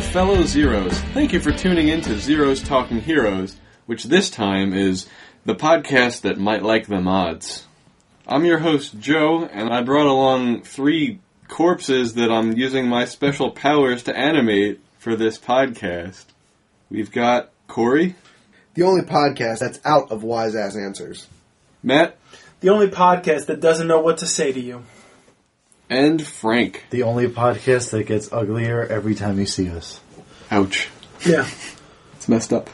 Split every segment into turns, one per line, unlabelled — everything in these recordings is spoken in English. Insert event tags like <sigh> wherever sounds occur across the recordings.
fellow Zeros, thank you for tuning in to Zeros Talking Heroes, which this time is the podcast that might like them odds. I'm your host, Joe, and I brought along three corpses that I'm using my special powers to animate for this podcast. We've got Corey,
The only podcast that's out of wise ass answers.
Matt,
The only podcast that doesn't know what to say to you.
and Frank.
The only podcast that gets uglier every time you see us.
Ouch.
Yeah.
It's messed up.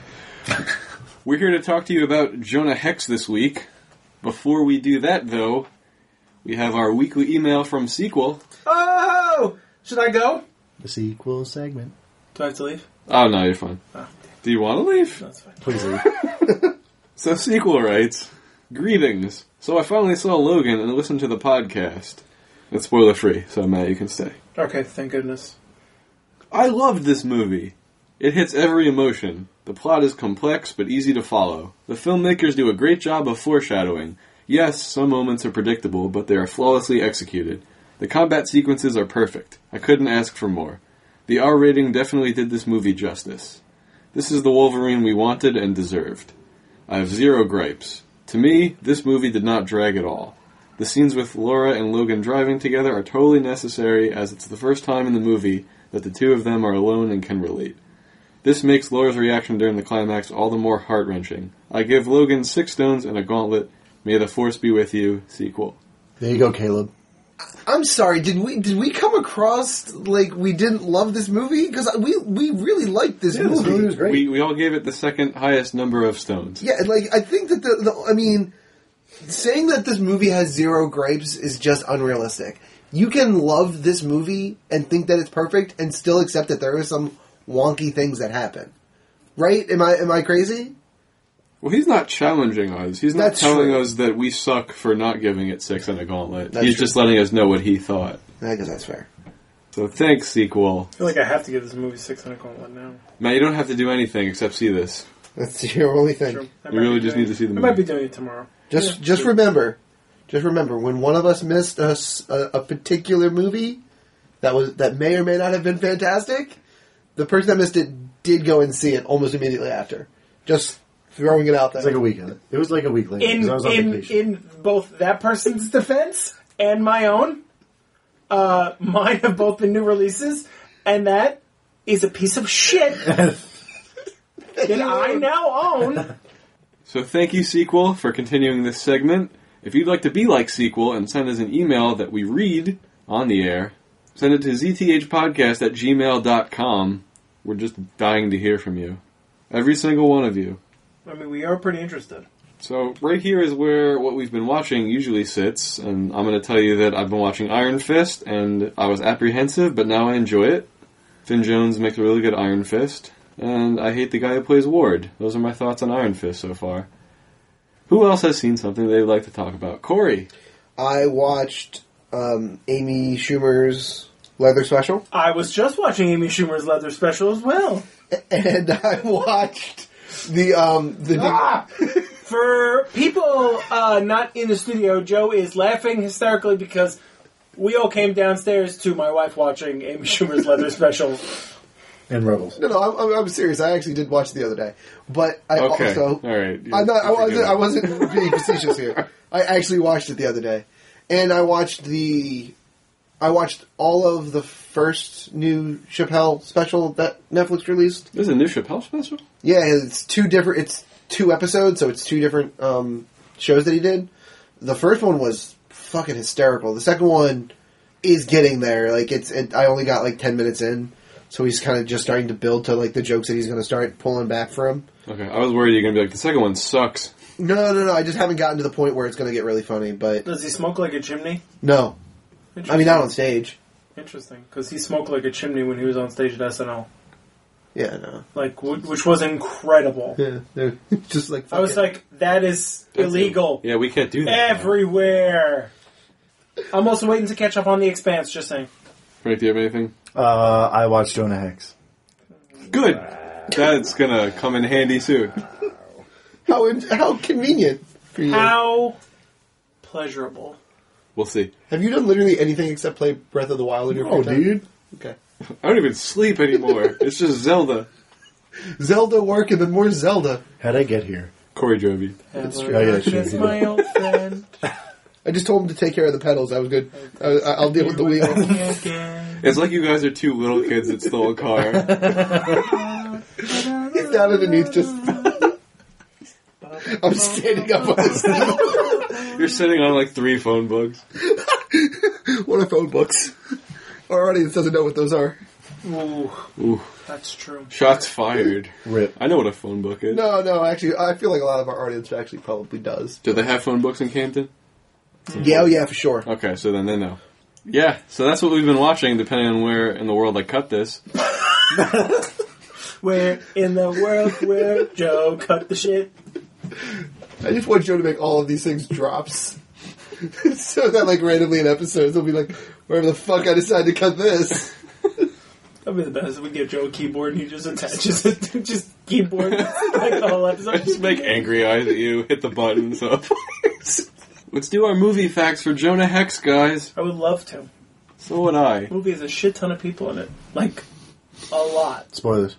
<laughs> We're here to talk to you about Jonah Hex this week. Before we do that, though, we have our weekly email from Sequel.
Oh! Should I go?
The sequel segment.
Do I have to leave?
Oh, no, you're fine.
Oh.
Do you want to leave?
That's fine.
Please leave.
So, Sequel writes Greetings. So, I finally saw Logan and listened to the podcast. It's spoiler free, so Matt, you can stay.
Okay, thank goodness.
I loved this movie. It hits every emotion. The plot is complex but easy to follow. The filmmakers do a great job of foreshadowing. Yes, some moments are predictable, but they are flawlessly executed. The combat sequences are perfect. I couldn't ask for more. The R rating definitely did this movie justice. This is the Wolverine we wanted and deserved. I have zero gripes. To me, this movie did not drag at all. The scenes with Laura and Logan driving together are totally necessary as it's the first time in the movie that the two of them are alone and can relate. This makes Laura's reaction during the climax all the more heart wrenching. I give Logan six stones and a gauntlet. May the force be with you. Sequel.
There you go, Caleb.
I'm sorry. Did we did we come across like we didn't love this movie? Because we we really liked this movie.
We, we all gave it the second highest number of stones.
Yeah, like I think that the, the I mean, saying that this movie has zero gripes is just unrealistic. You can love this movie and think that it's perfect and still accept that there are some wonky things that happen. Right? Am I am I crazy?
Well, he's not challenging us. He's not
That's
telling
true.
us that we suck for not giving it six and a gauntlet.
That's
he's
true.
just letting us know what he thought.
I guess that's fair.
So thanks, sequel.
I feel like I have to give this movie 6.1 now.
Matt, you don't have to do anything except see this.
That's <laughs> your only thing.
Sure. I
You
might
really
be
just
doing
need to
it-
see the
I
movie.
might be doing it tomorrow.
Just
Yeah,
just
sure.
remember, just remember when one of us missed a, s- a- a particular movie that was that may or may not have been fantastic, the person that missed it did go and see it almost immediately after. Just throwing it out there.
It's like a weekend. It was like a week later because
In,
I was on
in,
vacation.
in both that person's defense and my own, uh, mine have both been new releases, and that is a piece of <laughs> shit that I now own.
So thank you, Sequel, for continuing this segment. If you'd like to be like Sequel and send us an email that we read on the air, send it to zthpodcast at gmail.com. We're just dying to hear from you. Every single one of you.
I mean, we are pretty interested.
So right here is where what we've been watching usually sits, and I'm going to tell you that I've been watching Iron Fist, and I was apprehensive, but now I enjoy it. Finn Jones makes a really good Iron Fist, and I hate the guy who plays Ward. Those are my thoughts on Iron Fist so far. Who else has seen something they'd like to talk about? Corey.
I watched um, Amy Schumer's Leather Special, <laughs>
I was just watching Amy Schumer's Leather Special as well.
and I watched the um, the
Ah! For people uh, not in the studio, Joe is laughing hysterically because we all came downstairs to my wife watching Amy
<laughs>
Schumer's Leather Special.
And Rebels.
No, no, I'm, I'm, I'm serious. I actually did watch the other day, but I
Okay,
also
all right.
I'm not, I
You're
wasn't. I
forgiven.
wasn't being facetious here. I actually watched it the other day, and I watched the. I watched all of the first new Chappelle special that Netflix released.
There's a new Chappelle special?
Yeah, it's two different. It's two episodes, so it's two different um, shows that he did. The first one was fucking hysterical. The second one is getting there. Like it's. It, I only got like ten minutes in, so he's kind of just starting to build to like the jokes that he's going to start pulling back from.
Okay, I was worried you're going to be like, the second one sucks.
No, no, no. I just haven't gotten to the point where it's going to get really funny. But
Does he smoke like a chimney?
no, I mean not on stage.
Interesting, because he smoked like a chimney when he was on stage at SNL,
Yeah, no.
like w- which was incredible.
Yeah, they're <laughs> just like.
I was
fucking-
like, that is illegal
Yeah, we can't do that.
everywhere. I'm also waiting to catch up on The Expanse. Just saying.
Frank, do you have anything?
Uh, I watched Jonah Hex.
Good. That's going to come in handy soon.
how in- how convenient for you.
How pleasurable.
We'll see.
Have you done literally anything except play Breath of the Wild in your
Oh,
free time?
dude.
Okay.
I don't even sleep anymore. it's just Zelda.
Zelda work and then more Zelda.
How'd I get here?
Corey Jovi.
That's
true. Oh, yeah, true.
my old
<laughs>
friend.
I just told him to take care of the pedals. I was good. I, I- I'll deal with the <laughs> wheel.
Again.
It's like you guys are two little kids that stole a car.
He's down underneath. Just <laughs>
<laughs>
I'm standing up on this <laughs>
You're sitting on like three phone books.
What are phone books? <laughs> Our audience doesn't know what those are.
Ooh,
Ooh,
that's true.
shots fired.
Rip.
I know what a phone book is.
No, no. Actually, I feel like a lot of our audience actually probably does.
Do they have phone books in Canton?
Yeah, oh, yeah, for sure.
Okay, so then they know. Yeah, so that's what we've been watching, depending on where in the world I cut this.
Where in the world
<laughs>
where Joe cut the shit?
I just want Joe to make all of these things drops. <laughs> so that, like, randomly in episodes, they'll be like, wherever the fuck I decide to cut this.
That'd be the best. We give Joe a keyboard and he just attaches it to just
<laughs>
keyboard like the whole
I just
episode.
make angry eyes at you, hit the button, so <laughs> it fires. Let's do our movie facts for Jonah Hex, guys.
I would love to.
So would I.
Movie has a shit ton of people in it. Like a lot.
Spoilers.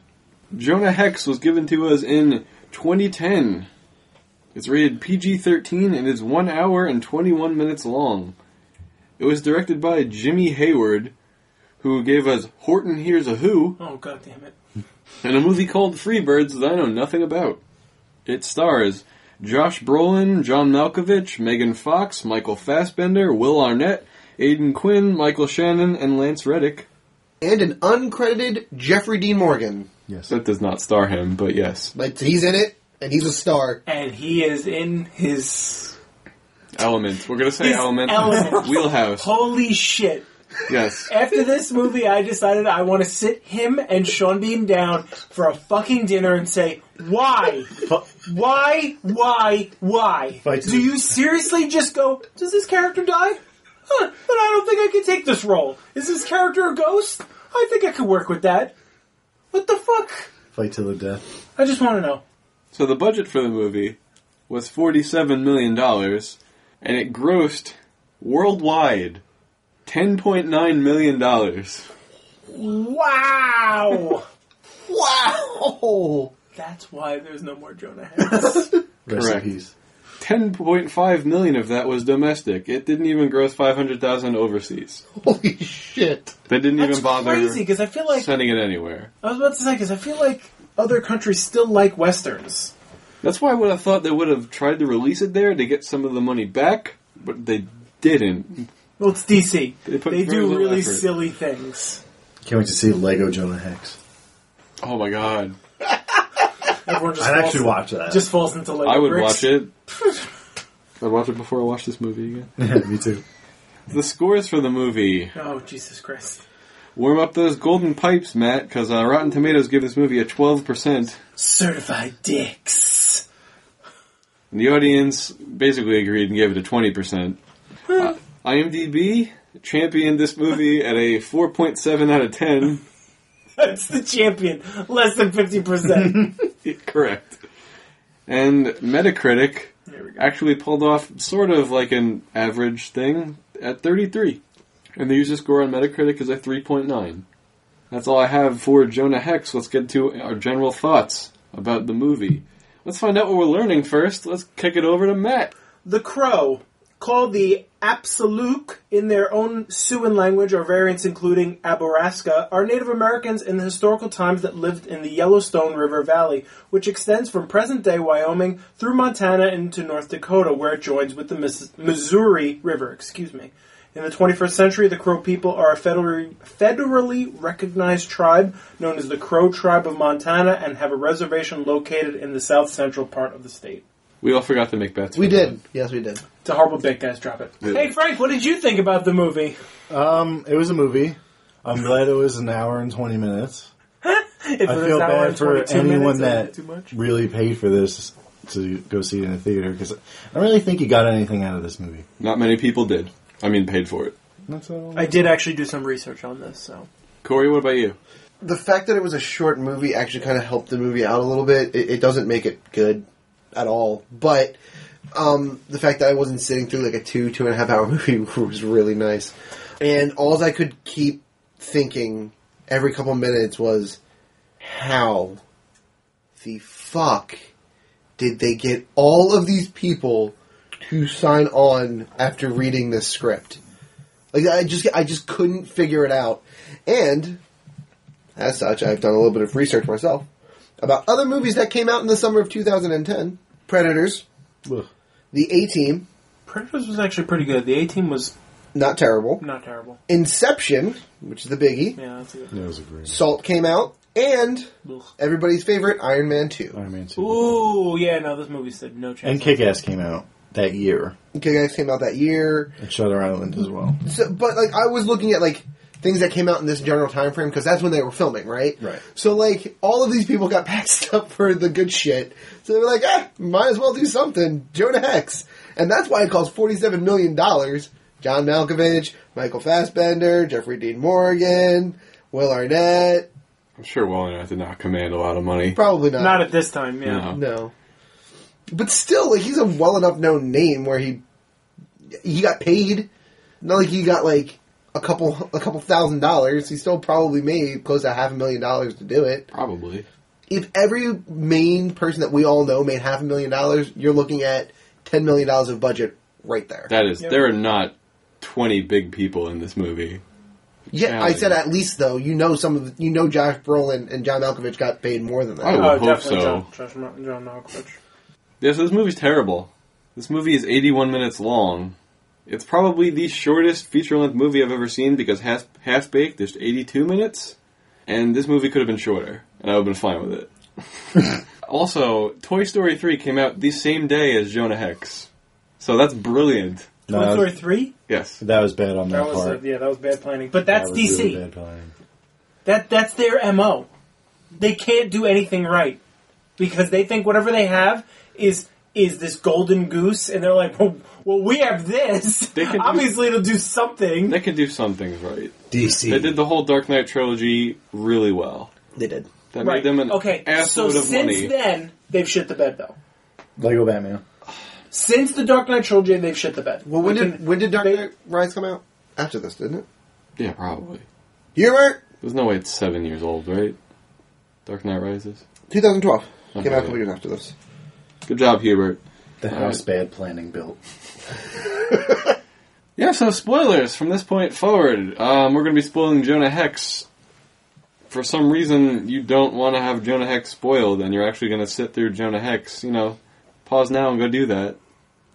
Jonah Hex was given to us in 2010. It's rated PG 13 and is 1 hour and 21 minutes long. It was directed by Jimmy Hayward, who gave us Horton Hears a Who,
Oh god damn it.
and a movie called Freebirds that I know nothing about. It stars Josh Brolin, John Malkovich, Megan Fox, Michael Fassbender, Will Arnett, Aidan Quinn, Michael Shannon, and Lance Reddick.
And an uncredited Jeffrey Dean Morgan.
Yes.
That does not star him, but yes.
Like, he's in it, and he's a star.
And he is in his
Element. We're gonna say
His
element. <laughs>
element.
Wheelhouse.
holy shit.
Yes.
After this movie, I decided I want to sit him and Sean Bean down for a fucking dinner and say, why? Why? Why? Why?
Fight to
Do
the-
you seriously just go, does this character die? Huh, then I don't think I can take this role. Is this character a ghost? I think I could work with that. What the fuck?
Fight till the death.
I just want to know.
So the budget for the movie was forty-seven million dollars, and it grossed worldwide ten point nine million dollars.
Wow!
Wow!
That's why there's no more Jonah Hex.
Rest
Correct.
in peace.
Ten point five million of that was domestic. It didn't even gross five hundred thousand overseas.
Holy shit.
They didn't
That's
even bother
crazy because I feel like
sending it anywhere.
I was about to say because I feel like other countries still like westerns.
That's why I would have thought they would have tried to release it there to get some of the money back, but they didn't.
Well, it's DC. They,
They put very
do
little
really
effort.
silly things.
Can't wait to see Lego Jonah Hex.
Oh my god.
Everyone just
I'd
falls,
actually watch that. <laughs>
Just falls into like.
I would watch
bricks.
it. <laughs> I'd watch it before I watch this movie again.
Me too.
The scores for the movie.
Oh Jesus Christ!
Warm up those golden pipes, Matt, because uh, Rotten Tomatoes give this movie a 12%.
Certified dicks. <laughs>
And the audience basically agreed and gave it a 20%. Uh, IMDb championed this movie at a 4.7 out of 10.
That's the champion. Less than fifty percent.
<laughs> Correct. And Metacritic
There we go.
actually pulled off sort of like an average thing at 33. And the user score on Metacritic is a 3.9. That's all I have for Jonah Hex. Let's get to our general thoughts about the movie. Let's find out what we're learning first. Let's kick it over to Matt.
The Crow, called the Absoluke in their own Siouan language or variants including Aborasca, are Native Americans in the historical times that lived in the Yellowstone River Valley, which extends from present day Wyoming through Montana into North Dakota, where it joins with the Mis- Missouri River. Excuse me. In the 21st century, the Crow people are a federally, federally recognized tribe known as the Crow Tribe of Montana and have a reservation located in the south central part of the state.
We all forgot to make bets.
We
for that.
did. Yes, we did.
It's a horrible bit, guys. Drop it.
Yeah.
Hey, Frank, what did you think about the movie?
Um, it was a movie. I'm glad it was an hour and 20 minutes.
If
I
it was
feel
an hour and
bad for
22
anyone
minutes, I
that
did too much.
really paid for this to go see it in a theater because I don't really think you got anything out of this movie.
Not many people did. I mean, paid for it.
That's all.
I did actually do some research on this, so
Corey, what about you?
The fact that it was a short movie actually kind of helped the movie out a little bit. It, it doesn't make it good at all, but um, the fact that I wasn't sitting through like a two two and a <laughs> half hour movie was really nice. And all I could keep thinking every couple minutes was how the fuck did they get all of these people to sign on after reading this script? Like I just I just couldn't figure it out. And as such, I've done a little bit of research myself about other movies that came out in the summer of 2010. Predators,
Ugh.
The A Team,
Predators was actually pretty good. The A team was
not terrible.
not terrible.
Inception, which is the biggie.
Yeah, that's good.
That was a great
Salt came out, and
Ugh.
everybody's favorite Iron Man 2.
Iron Man 2.
Ooh, yeah, no, this movie said no chance.
And Kick Ass came out that year
Okay, guys came out that year.
at Shutter Island as well.
So, but like I was looking at like things that came out in this general time frame because that's when they were filming, right?
Right.
So like all of these people got <laughs> passed up for the good shit. So they were like, ah, might as well do something. Jonah Hex, and that's why it cost forty-seven million dollars. John Malkovich, Michael Fassbender, Jeffrey Dean Morgan, Will Arnett.
I'm sure Will Arnett did not command a lot of money.
Probably
Not at this time, yeah.
No.
No. But still, like he's a well enough known name where he he got paid. Not like he got like a couple a couple thousand dollars. He still probably made close to half a million dollars to do it.
Probably.
If every main person that we all know made half a million dollars, you're looking at ten million dollars of budget right there.
That is,
Yep.
there are not 20 big people in this movie.
yeah, I
value.
said at least though. You know some of the, you know Josh Brolin and John Malkovich got paid more than that.
I would
Oh,
hope
definitely
so.
John, Josh, John Malkovich.
Yeah, so this movie's terrible. This movie is 81 minutes long. It's probably the shortest feature length movie I've ever seen because half, half Baked is 82 minutes, and this movie could have been shorter, and I would have been fine with it. also, Toy Story 3 came out the same day as Jonah Hex. So that's brilliant.
No,
Toy
that,
Story
was,
three.
Yes.
that was bad on
That
that,
was
part.
uh, yeah, that was bad planning. But
That
that's
was
DC.
really bad planning.
That that's their MO. They can't do anything right because they think whatever they have is is this golden goose and they're like, "Well, well we have this.
They
<laughs>
can do-
Obviously it'll do something."
They could do some things right.
Oh,
DC.
They did the whole Dark Knight trilogy really well.
they did.
That
right.
made them an
okay.
assload
so
of
since
money.
then, they've shit the bed though.
Lego Batman.
Since the Dark Knight trilogy, they've shit the bed.
Well, when
We
did
can-
when did Dark
they-
Knight Rise come out? After this, didn't it?
yeah, probably.
Hubert,
There's no way it's seven years old, right? Dark Knight Rises.
2012 came out a couple
Okay.
years after this.
Good job, Hubert.
The house bad planning built.
Yeah, so spoilers from this point forward. Um, we're going to be spoiling Jonah Hex. For some reason, you don't want to have Jonah Hex spoiled, and you're actually going to sit through Jonah Hex. You know, pause now and go do that.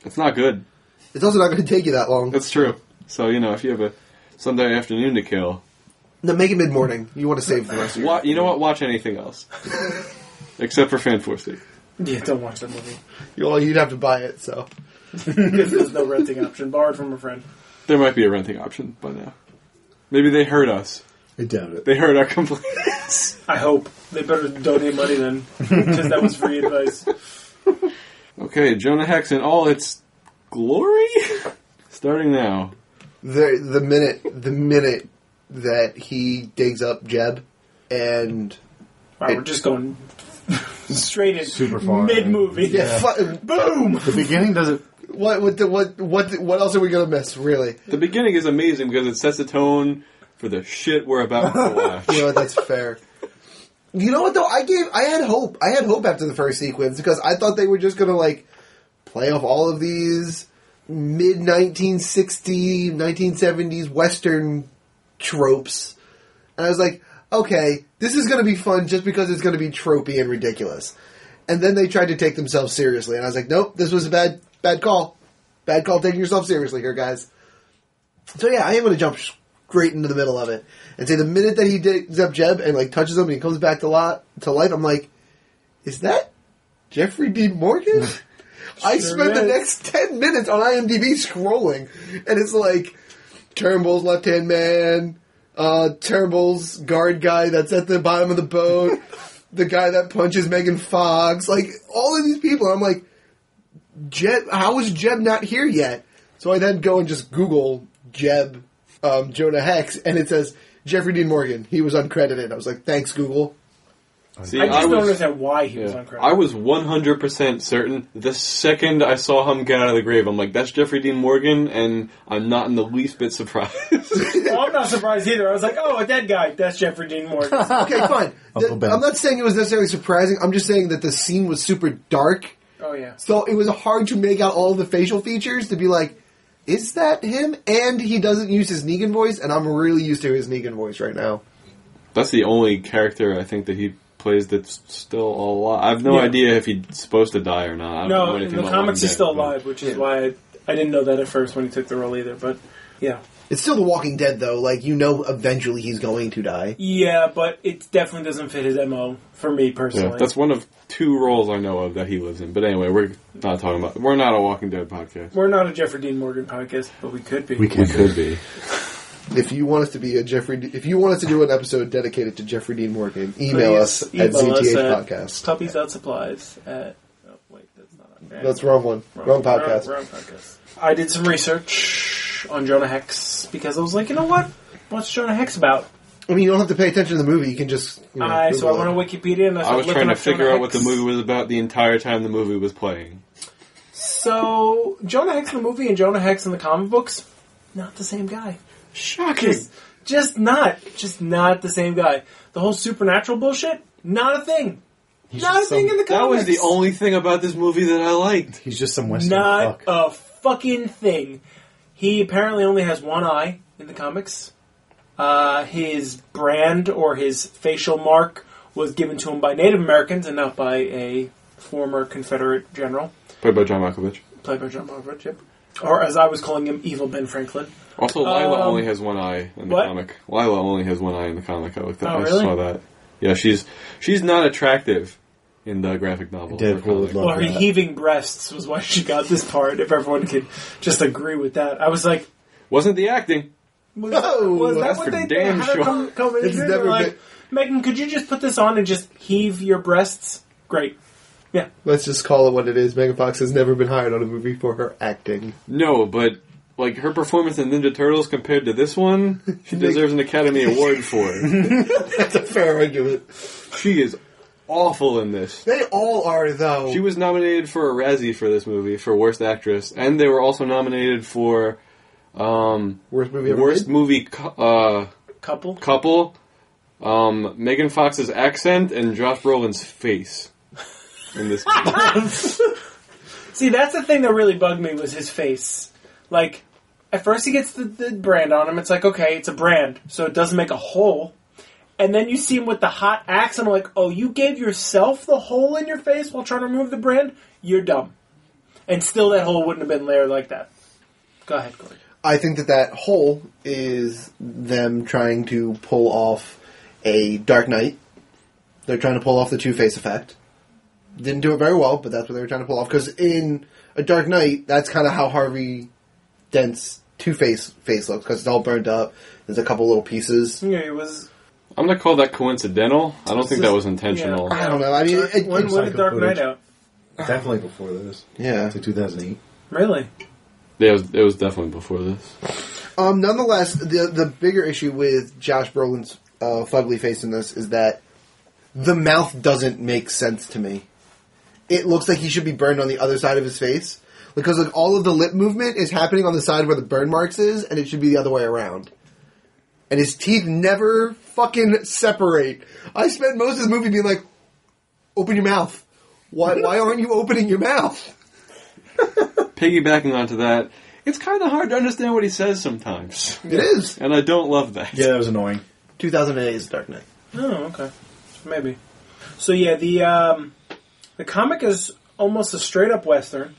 It's not good.
It's also not going to take you that long.
That's true. So you know, if you have a Sunday afternoon to kill,
No, make it mid morning. You want to save the <laughs> rest of your
wa- you know what? Watch anything <laughs> else, except for Fan Fanforcy.
Yeah, don't watch that movie. <laughs>
you all you'd have to buy it, so
Because there's no renting option. Borrowed from a friend.
There might be a renting option by now. Maybe they heard us.
I doubt it.
They heard our <laughs> complaints.
I hope they better donate money then, because that was free advice.
Okay, Jonah Hex in all its glory? <laughs> Starting now.
the the minute the minute that he digs up Jeb and
Wow, we're just going <laughs> straight in
Super far.
mid movie.
yeah, fu-
Boom.
The beginning doesn't.
what what the, what what what else are we going to miss really?
The beginning is amazing because it sets the tone for the shit we're about
<laughs>
to watch.
You know what, that's fair. You know what though? I gave I had hope. I had hope after the first sequence because I thought they were just going to like play off all of these mid 1960s, 1970s western tropes. And I was like, okay, this is going to be fun just because it's going to be tropey and ridiculous. And then they tried to take themselves seriously and I was like, nope, this was a bad bad call. Bad call taking yourself seriously here, guys. So yeah, I am going to jump straight into the middle of it and say the minute that he digs up Jeb and like touches him and he comes back to lot to life, I'm like, is that Jeffrey Dean Morgan?
<laughs>
I
Sure
spent the
is.
next ten minutes on IMDb scrolling, and it's like Turnbull's left hand man, uh, Turnbull's guard guy that's at the bottom of the
<laughs>
boat, the guy that punches Megan Fox, like all of these people. I'm like, Jeb, how is Jeb not here yet? So I then go and just Google Jeb um, Jonah Hex, and it says Jeffrey Dean Morgan. He was uncredited. I was like, thanks, Google.
See,
I just
I
don't
was,
understand why he was
yeah,
on credit.
I was 100% certain the second I saw him get out of the grave, I'm like, that's Jeffrey Dean Morgan, and I'm not in the least bit surprised. <laughs>
All not surprised either. I was like, oh, a dead guy. That's Jeffrey Dean Morgan.
<laughs>
Okay, fine. The-
Uncle Ben.
I'm not saying it was necessarily surprising. I'm just saying that the scene was super dark,
oh yeah.
so it was hard to make out all the facial features to be like, is that him? And he doesn't use his Negan voice, and I'm really used to his Negan voice right now.
That's the only character I think that he plays that's still alive. I have no
Yeah.
idea if he's supposed to die or not. I don't know
No, in
anything
the
about
comics
him
he's still
yet, but-
alive, which is
Yeah.
why I, I didn't know that at first when he took the role either. But yeah,
It's still The Walking Dead, though. Like you know, eventually he's going to die.
yeah, but it definitely doesn't fit his mo for me personally.
Yeah, that's one of two roles I know of that he lives in. But anyway, we're not talking about. We're not a Walking Dead podcast.
We're not a Jeffrey Dean Morgan podcast, but we could be.
We
We
could.
could be.
If you want us to be a Jeffrey, D- if you want us to do an episode dedicated to Jeffrey Dean Morgan, email us
Please
at
email us
ZTH
at
Podcast.
Puppies out supplies at. Oh, wait, that's not. on there.
That's the wrong one. Wrong, podcast.
Wrong, podcast. I did some research on Jonah Hex because I was like, you know what? What's Jonah Hex about?
I mean, you don't have to pay attention to the movie. You can just. You know,
I so I
Google it.
went on Wikipedia and I,
I was
looking
trying to
up
figure
Jonah
out what the
Hex.
movie was about the entire time the movie was playing.
So Jonah Hex in the movie and Jonah Hex in the comic books, not the same guy.
Shocking.
Just, just not, just not the same guy. The whole supernatural bullshit, not a thing. not a
just
thing
some-
in the
That was
comics.
the only thing about this movie that I liked.
He's just some Western
Not
fuck.
a fucking thing. He apparently only has one eye in the comics. Uh, his brand or his facial mark was given to him by Native Americans and not by a former Confederate general,
Played by John Malkovich.
played by John Malkovich, yep. or as I was calling him, Evil Ben Franklin.
Also, Lila
Um,
only has one eye in the
what?
comic. Lila only has one eye in the comic. I looked at.
Oh,
I
really?
saw that. Yeah, she's she's not attractive in the graphic novel.
Deadpool
or comic.
would love
Well, her
that.
heaving breasts was why she got this part. If everyone could just agree with that, I was like,
Wasn't the acting?
was,
No,
was that
that's
what
for
they
damn
did? How did
sure.
come, come in
It's
here?
never
like, Megan, could you just put this on and just heave your breasts? Great. Yeah,
Let's just call it what it is. Megan Fox has never been hired on a movie for her acting. <laughs>
No, but like her performance in Ninja Turtles compared to this one, she deserves an Academy Award for it.
That's a fair argument.
she is awful in this.
They all are, though.
She was nominated for a Razzie for this movie for worst actress, and they were also nominated for um,
worst movie ever.
worst
made?
movie cou- uh,
couple.
couple. Um, Megan Fox's accent and Josh Brolin's face in this. movie.
See, that's the thing that really bugged me was his face. Like, at first he gets the, the brand on him. It's like, okay, it's a brand, so it doesn't make a hole. And then you see him with the hot axe, and I'm like, oh, you gave yourself the hole in your face while trying to remove the brand? You're dumb. And still, that hole wouldn't have been layered like that. Go ahead, Gordon.
I think that that whole is them trying to pull off a Dark Knight. They're trying to pull off the Two Face effect. Didn't do it very well, but that's what they were trying to pull off. Because in a Dark Knight, that's kind of how Harvey Dent's Two Face face looks. Because it's all burned up. There's a couple little pieces.
Yeah, it was.
I'm gonna call that coincidental. I don't think that was intentional.
I don't know. I mean, it,
when
it,
was the Dark Knight
footage.
out?
Definitely before this.
yeah.
It's like 2008.
Really?
Yeah, It was, it was definitely before this.
Um, nonetheless, the the bigger issue with Josh Brolin's uh, fugly face in this is that the mouth doesn't make sense to me. It looks like he should be burned on the other side of his face because like all of the lip movement is happening on the side where the burn marks is, and it should be the other way around. And his teeth never fucking separate. I spent most of the movie being like, "Open your mouth. Why? Why aren't you opening your mouth?"
Piggybacking onto that, it's kind of hard to understand what he says
<laughs>
sometimes,
It is
and I don't love that.
Yeah, that was annoying.
2008 is Dark Knight.
Oh, okay. Maybe. So yeah, the um, the comic is almost a straight up western.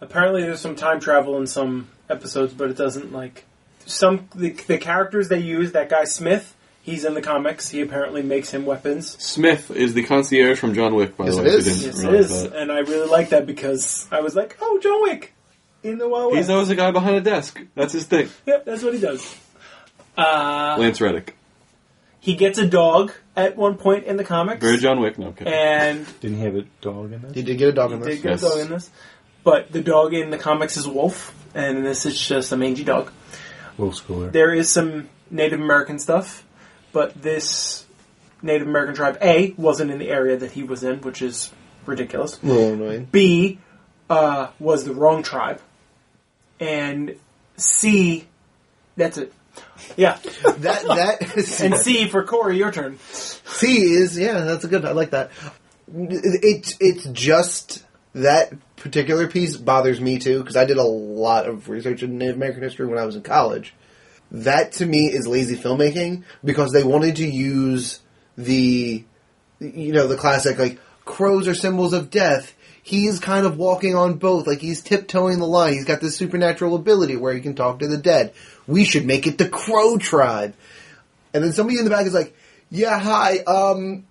Apparently, there's some time travel in some episodes, but it doesn't like some the, the characters they use. That guy Smith, he's in the comics. He apparently makes him weapons.
Smith is the concierge from John Wick, by
Yes,
the
it
way. if you
is.
didn't
Yes, it
realize
is,
that.
and I really like that because I was like, oh, John Wick in the Wild
He's
West.
always a guy behind a desk. That's his thing.
yep, that's what he does. Uh,
Lance Reddick.
He gets a dog at one point in the comics,
Very John Wick. No, okay.
and
Didn't he have a dog in that?
He did get a dog in
He
this.
did get
Yes.
a dog in this. But the dog in the comics is a wolf, and in this it's just a mangy dog.
Wolf schooler.
There is some Native American stuff, but this Native American tribe A wasn't in the area that he was in, which is ridiculous.
little annoying.
B uh, was the wrong tribe, and C. That's it. Yeah.
That that is
And C for Corey, your turn.
C is yeah, that's a good. I like that. It's it's just that particular piece bothers me too because I did a lot of research in Native American history when I was in college. That to me is lazy filmmaking because they wanted to use the you know the classic like crows are symbols of death. He's kind of walking on both, like he's tiptoeing the line. He's got this supernatural ability where he can talk to the dead. We should make it the Crow Tribe. And then somebody in the back is like, "Yeah, hi. Um,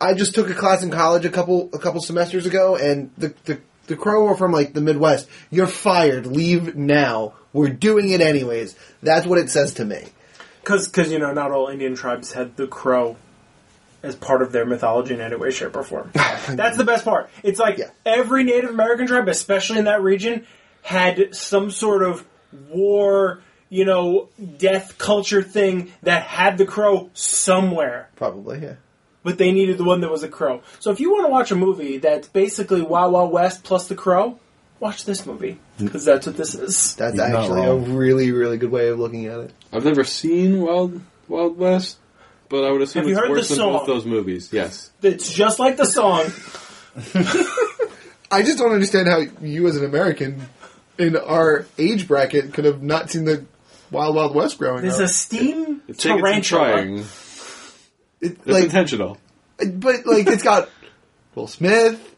I just took a class in college a couple a couple semesters ago, and the the, the crow are from like the Midwest. You're fired. Leave now. We're doing it anyways. That's what it says to me.
Because, you know, not all Indian tribes had the crow as part of their mythology in any way, shape, or form. That's the best part. It's like
Yeah.
every Native American tribe, especially in that region, had some sort of war, you know, death culture thing that had the crow somewhere.
Probably, yeah.
but they needed the one that was a crow. So if you want to watch a movie that's basically Wild Wild West plus the crow, watch this movie because that's what this is.
That's
You're not
actually a
wrong.
really really good way of looking at it.
I've never seen Wild Wild West, but I would assume
Have you
it's
heard
worse
the
than both
song?
those movies. Yes.
It's just like the song.
I just don't understand how you as an American in our age bracket could have not seen the Wild Wild West growing
There's a steam
Take it
tarantula.
trying.
It,
It's
<laughs>
intentional.
but like it's got Will Smith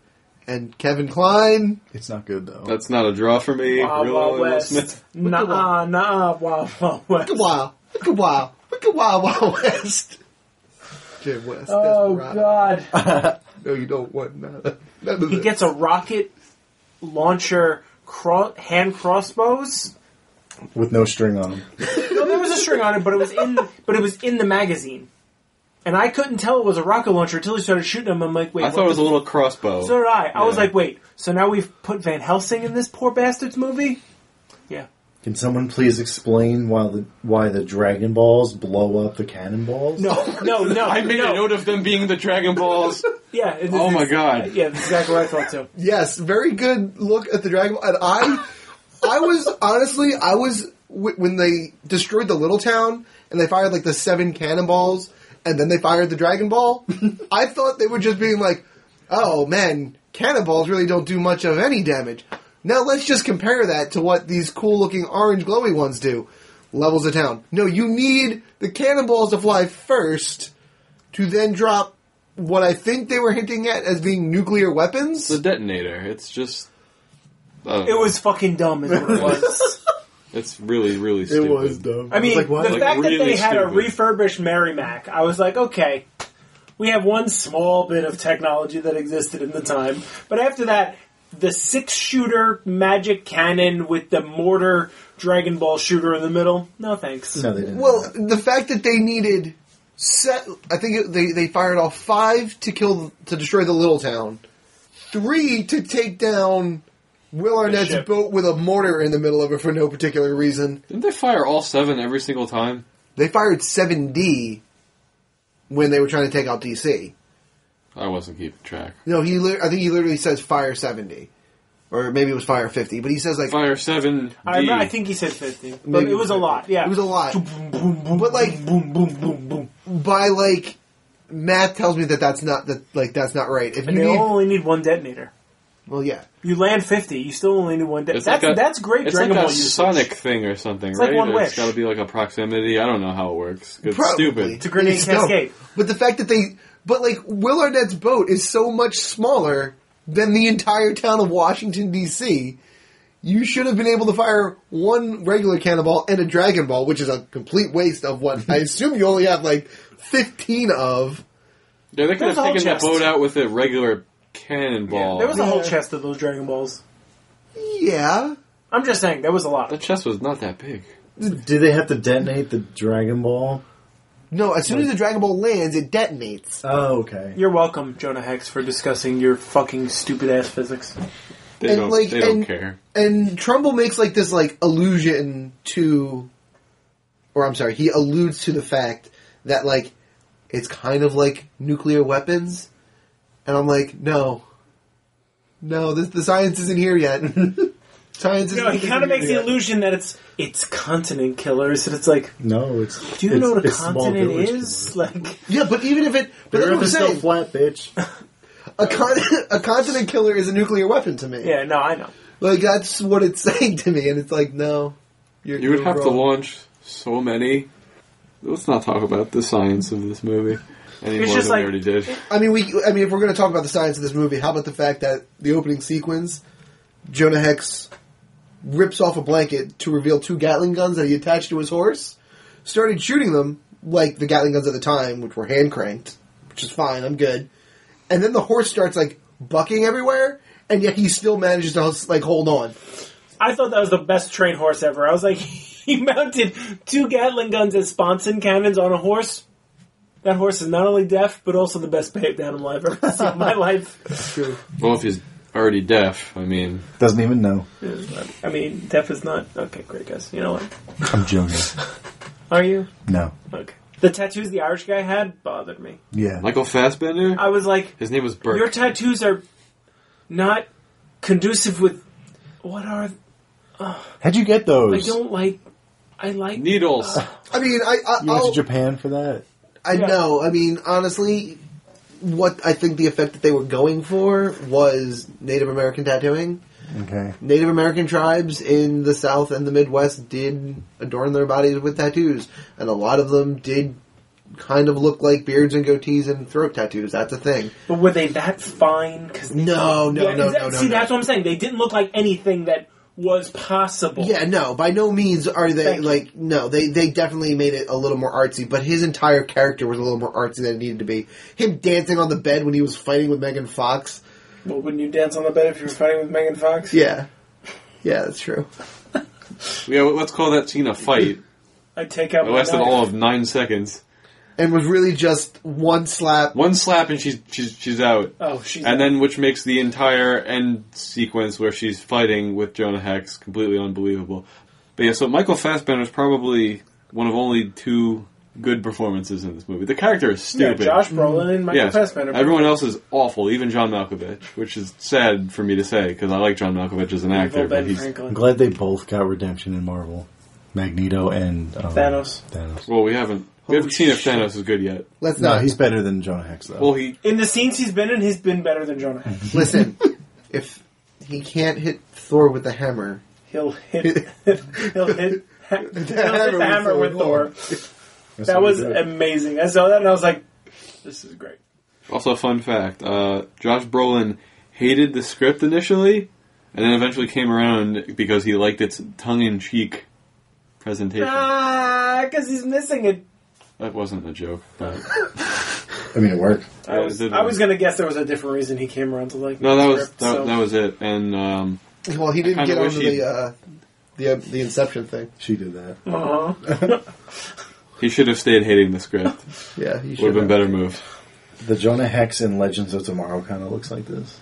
and Kevin Klein.
It's not good though.
That's not a draw for me.
Wild
Real
Wild
Will
West. <laughs>
Smith.
Nah, nah, Wild Wild West.
Look at Wild. Look at Wild. Look at Wild Wild <laughs> West. Jay West.
Oh
Desperado.
God!
No, you don't want none of none <laughs> of
<laughs> He
this.
gets a rocket launcher cro- hand crossbows.
With no string on them.
No, there was a string on it, but it was in but it was in the magazine, and I couldn't tell it was a rocket launcher until he started shooting them. I'm like, wait,
I
what
thought it
the
was a little crossbow.
So did I. I was
Yeah.
like, wait, so now we've put Van Helsing in this poor bastard's movie? Yeah.
Can someone please explain why the why the Dragon Balls blow up the cannonballs?
No,
<laughs>
no.
I made
no.
a note of them being the Dragon
<laughs>
Balls.
Yeah. it-
oh
it's-
my god.
Yeah, that's exactly what I thought too.
Yes, very good look at the Dragon Ball. And I, I was honestly, I was wh- when they destroyed the little town and they fired like the seven cannonballs, and then they fired the Dragon Ball. I thought they were just being like, "Oh man, cannonballs really don't do much of any damage." Now let's just compare that to what these cool-looking orange glowy ones do. Levels the town. No, you need the cannonballs to fly first, to then drop what I think they were hinting at as being nuclear weapons.
The detonator. It's just. I don't
It
know.
was fucking dumb,
<laughs>
is what it was.
It's really, really stupid.
dumb.
I mean,
like, what?
the
Like,
fact that
really
they had a
stupid.
refurbished Merrimack, I was like, okay, we have one small bit of technology that existed in the time. But after that, the six shooter magic cannon with the mortar Dragon Ball shooter in the middle, no thanks.
no, they didn't.
Well, the fact that they needed set, I think it, they they fired off five to kill to destroy the little town, three to take down Will Arnett's
ship.
boat with a mortar in the middle of it for no particular reason.
Didn't they fire all seven every single time?
They fired seven D when they were trying to take out DC.
I wasn't keeping track.
No, he lit- I think he literally says fire seventy, or maybe it was fire fifty, but he says like
Fire seven.
I, remember, I think he said 50. But
Maybe
it was a lot, yeah.
it was a lot.
Boom, boom, boom,
But, like-
boom, boom, boom, boom.
By like math tells me that that's not that like that's not right. If you
And they
need,
only need one detonator.
well, yeah.
You land 50, you still only need one detonator. That's, that's great
It's
Dragon
like a
Ball usage.
Sonic thing or something,
like
right?
one
Or
wish.
It's got to be like a proximity. I don't know how it works. It's stupid.
a grenade
It's dumb.
cascade.
But the fact that they, but like Will Arnett's boat is so much smaller than the entire town of Washington D.C. You should have been able to fire one regular cannonball and a dragon ball, which is a complete waste of what I assume you only have like fifteen of.
Yeah, they could
There's a
have
whole
taken that
chest.
boat out with a regular cannonball.
There was a whole
Yeah.
chest of those Dragon Balls.
Yeah,
I'm just saying, there was a
that
lot.
chest was not that big.
did they have to detonate the Dragon Ball?
no. As soon as the dragon ball lands, it detonates.
Oh, okay.
You're welcome, Jonah Hex, for discussing your fucking stupid ass physics.
They
And,
don't.
like,
they don't
and-
care.
And Trumbull makes like this like allusion to, or I'm sorry, he alludes to the fact that like it's kind of like nuclear weapons, and I'm like, no, no, this, the science isn't here yet. <laughs> Science is
No, he kind of makes the illusion that it's it's continent killers, and it's like,
No, it's.
do you
it's,
know what a
it's small
continent
village
is? <laughs> Like,
Yeah, but even if it, but that's what I'm
people. The earth is still
saying.
flat, bitch.
A, con- <laughs> a continent killer is a nuclear weapon to me.
yeah, no, I know.
Like that's what it's <laughs> saying to me, and it's like, no, you're,
You would
you're
have to
wrong.
launch so many. Let's not talk about the science of this movie any
It's
more
just
than
like-
we already did.
I mean, we. I mean, if we're going to talk about the science of this movie, how about the fact that the opening sequence, Jonah Hex rips off a blanket to reveal two Gatling guns that he attached to his horse, started shooting them like the Gatling guns at the time, which were hand cranked, which is fine. I'm good. And then the horse starts like bucking everywhere, and yet he still manages to like hold on.
I thought that was the best trained horse ever. I was like, <laughs> he mounted two Gatling guns as sponson cannons on a horse. That horse is not only deaf, but also the best behaved animal I've ever <laughs> seen in my life.
True.
Well, if he's already deaf, I mean,
<laughs> Doesn't even know.
I mean, deaf is not. Okay, great, guys. You know what?
I'm joking.
Are you?
No.
Okay. The tattoos the Irish guy had bothered me.
Yeah.
Michael Fassbender.
I was like,
His name was Burke.
your tattoos are not conducive with. What are.
How'd you get
I
those?
don't like. I like.
Needles.
Uh.
I mean, I I,
You went to
I'll-
Japan for that?
I
Yeah.
know. I mean, honestly, what I think the effect that they were going for was Native American tattooing.
Okay.
Native American tribes in the South and the Midwest did adorn their bodies with tattoos, and a lot of them did kind of look like beards and goatees and throat tattoos. That's a thing.
But were they that fine? Because
No, no,
Yeah,
no,
exact-
no, no.
See,
no.
that's what I'm saying. They didn't look like anything that was possible.
Yeah, no, by no means are they
Thank you.
like no, they they definitely made it a little more artsy, but his entire character was a little more artsy than it needed to be. Him dancing on the bed when he was fighting with Megan Fox.
Well, wouldn't you dance on the bed if you were fighting with Megan Fox?
Yeah. Yeah, that's true.
yeah, well, let's call that scene a fight.
I'd take out
It
my
lasted
knife.
all of nine seconds.
And was really just one slap.
One slap and she's she's she's out.
Oh, she's
And then, which makes the entire end sequence where she's fighting with Jonah Hex completely unbelievable. But yeah, so Michael Fassbender is probably one of only two good performances in this movie. The character is
yeah,
stupid.
Josh Brolin and Michael
Yes.
Fassbender.
Everyone else is awful, even John Malkovich, which is sad for me to say because I like John Malkovich as an
Evil
actor, but
Ben
he's
I'm
Franklin.
glad they both got redemption in Marvel. Magneto and um,
Thanos.
Thanos.
well, we haven't we haven't
Holy
seen if
shit.
Thanos is good yet.
Let's
No,
not
he's better than Jonah Hex though.
Well, he
In the scenes he's been in, he's been better
<laughs>
than Jonah Hex.
listen. if he can't hit Thor with the hammer,
He'll hit. <laughs>
<laughs>
he'll hit. He'll hit the hammer with Thor.
That's
That
how
was
he did it.
amazing. I saw that and I was like, "This is great."
also fun fact: uh, Josh Brolin hated the script initially, and then eventually came around because he liked its tongue-in-cheek presentation.
Ah, because he's missing it.
That wasn't a joke. But
I mean, it worked.
I
Yeah, it
was,
did
I
work.
was gonna guess there was a different reason he came around to like.
no, that
the
was
script,
that,
so-
that was it. And um,
well, he didn't
kinda
get
wish
onto
he-
the uh, the uh, the Inception thing.
She did that.
Uh-huh.
he should have stayed hating the
<laughs>
script.
Yeah, he should
Would have been better move.
The Jonah Hex in Legends of Tomorrow kind of looks like this.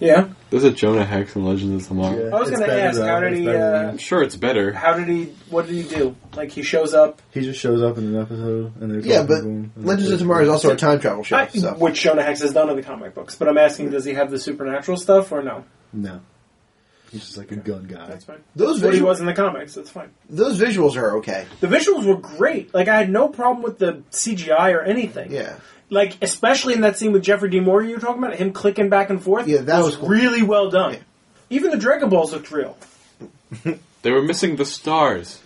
Yeah.
There's a Jonah Hex in Legends of Tomorrow.
Yeah,
I was
it's
gonna
better,
ask,
though.
how did
It's
he,
better than
uh,
I'm sure it's better.
How did he? What did he do? Like he shows up,
He just shows up in an episode, and they're
Yeah,
talking
but
to him, and
Legends
they're-
of Tomorrow is also a time travel show.
I-
So
which Jonah Hex has done in the comic books. But I'm asking, does he have the supernatural stuff or no?
No, he's just like a gun guy.
That's fine.
those
That's what he
visuals,
was in the comics. That's fine.
those visuals are okay.
The visuals were great. Like I had no problem with the CGI or anything.
Yeah,
Like especially in that scene with Jeffrey D. Morgan you were talking about, him clicking back and forth.
Yeah, that was cool.
really well done.
Yeah.
Even the Dragon Balls looked real.
They were missing the stars.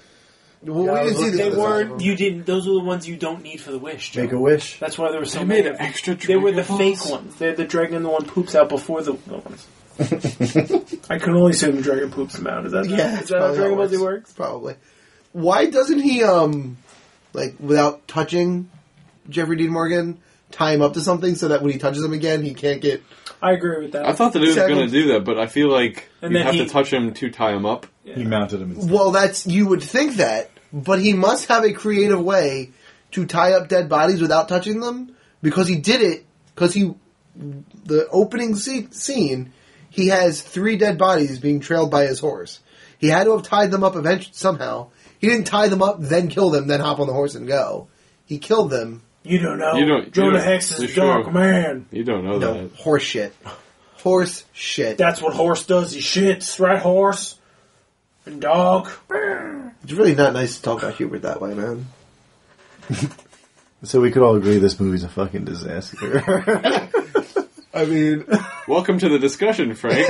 well,
Yeah, I
we
was
didn't see
looking-
the
They
other
were-
side.
You didn't. Those are the ones you don't need for the wish. Joe.
Make a wish.
That's why there were so
They
many.
made
of them.
extra
They were the
Dragon
fake
Balls?
ones. They're the dragon the one poops out before the the
<laughs>
ones. I can only assume the dragon poops them out. Is that
Yeah,
Is that how
probably
Dragon
how
Ball
it
Z works?
Probably. Why doesn't he um like without touching Jeffrey Dean Morgan tie him up to something so that when he touches him again he can't get
I agree with that.
I thought that he was
Exactly.
going to do that, but I feel like
And
you
then
have
he-
to touch him to tie him up.
He mounted him. Instead.
Well, that's you would think that, but he must have a creative way to tie up dead bodies without touching them because he did it because he the opening se- scene he has three dead bodies being trailed by his horse. He had to have tied them up eventually somehow. He didn't tie them up, then kill them, then hop on the horse and go. He killed them.
you don't know.
You don't- you
Jonah
don't-
Hex is
you're
a dark
sure.
man.
You don't know
No
that.
horse shit. Horse shit.
That's what horse does. He shits, right? Horse. Dog.
It's really not nice to talk about Hubert that way, man.
So we could all agree this movie's a fucking <laughs> disaster.
I mean,
Welcome to the discussion, Frank.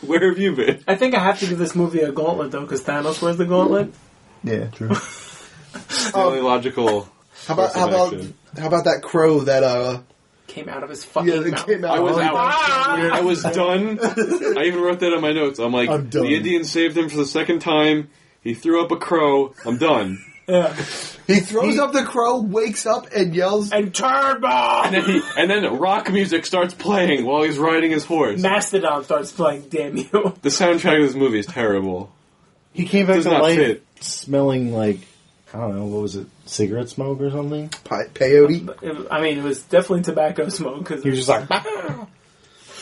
Where have you been?
I think I have to give this movie a gauntlet though, because Thanos wears the gauntlet.
<laughs> yeah, true.
It's the
Um,
only logical.
how about how about
Action.
how about that crow that uh
Came out of his fucking
yeah that <laughs>
mouth.
came out?
I was
of-
out. I was done. I even wrote that on my notes. I'm like,
I'm done.
the Indian saved him for the second time. He threw up a crow. I'm done.
Yeah.
He throws up the crow, wakes up, and yells.
And Turbo!
And then, he, and then rock music starts playing while he's riding his horse.
Mastodon starts playing, damn you.
The soundtrack of this movie is terrible.
<laughs> He came back
Does
to
not
life
fit.
smelling like I don't know what was it, cigarette smoke or something.
Pi peyote.
But it- I mean, it was definitely tobacco smoke, because
He was just like "Oh,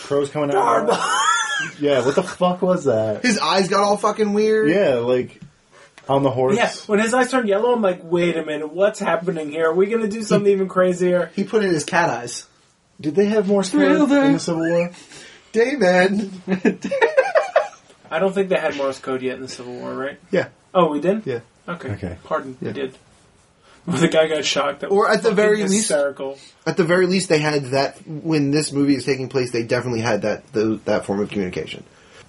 crows coming out. yeah, what the fuck was
<laughs>
that?
His eyes got all fucking weird.
Yeah, like on the horse.
Yeah, when his eyes turn yellow, I'm like, wait a minute, what's happening here? Are we gonna do something even crazier?
He put in his cat eyes.
Did they have more
Thrilled
sweat in
her.
the Civil War?
Day man.
I don't think they had Morse code yet in the Civil War, right?
Yeah.
Oh, we did?
Yeah.
Okay.
Okay.
Pardon, we
Yeah.
did. <laughs> Well, the guy got shocked. That
Or at the
fucking
very least-
hysterical.
At the very least, they had that. When this movie is taking place, they definitely had that tho- that form of communication.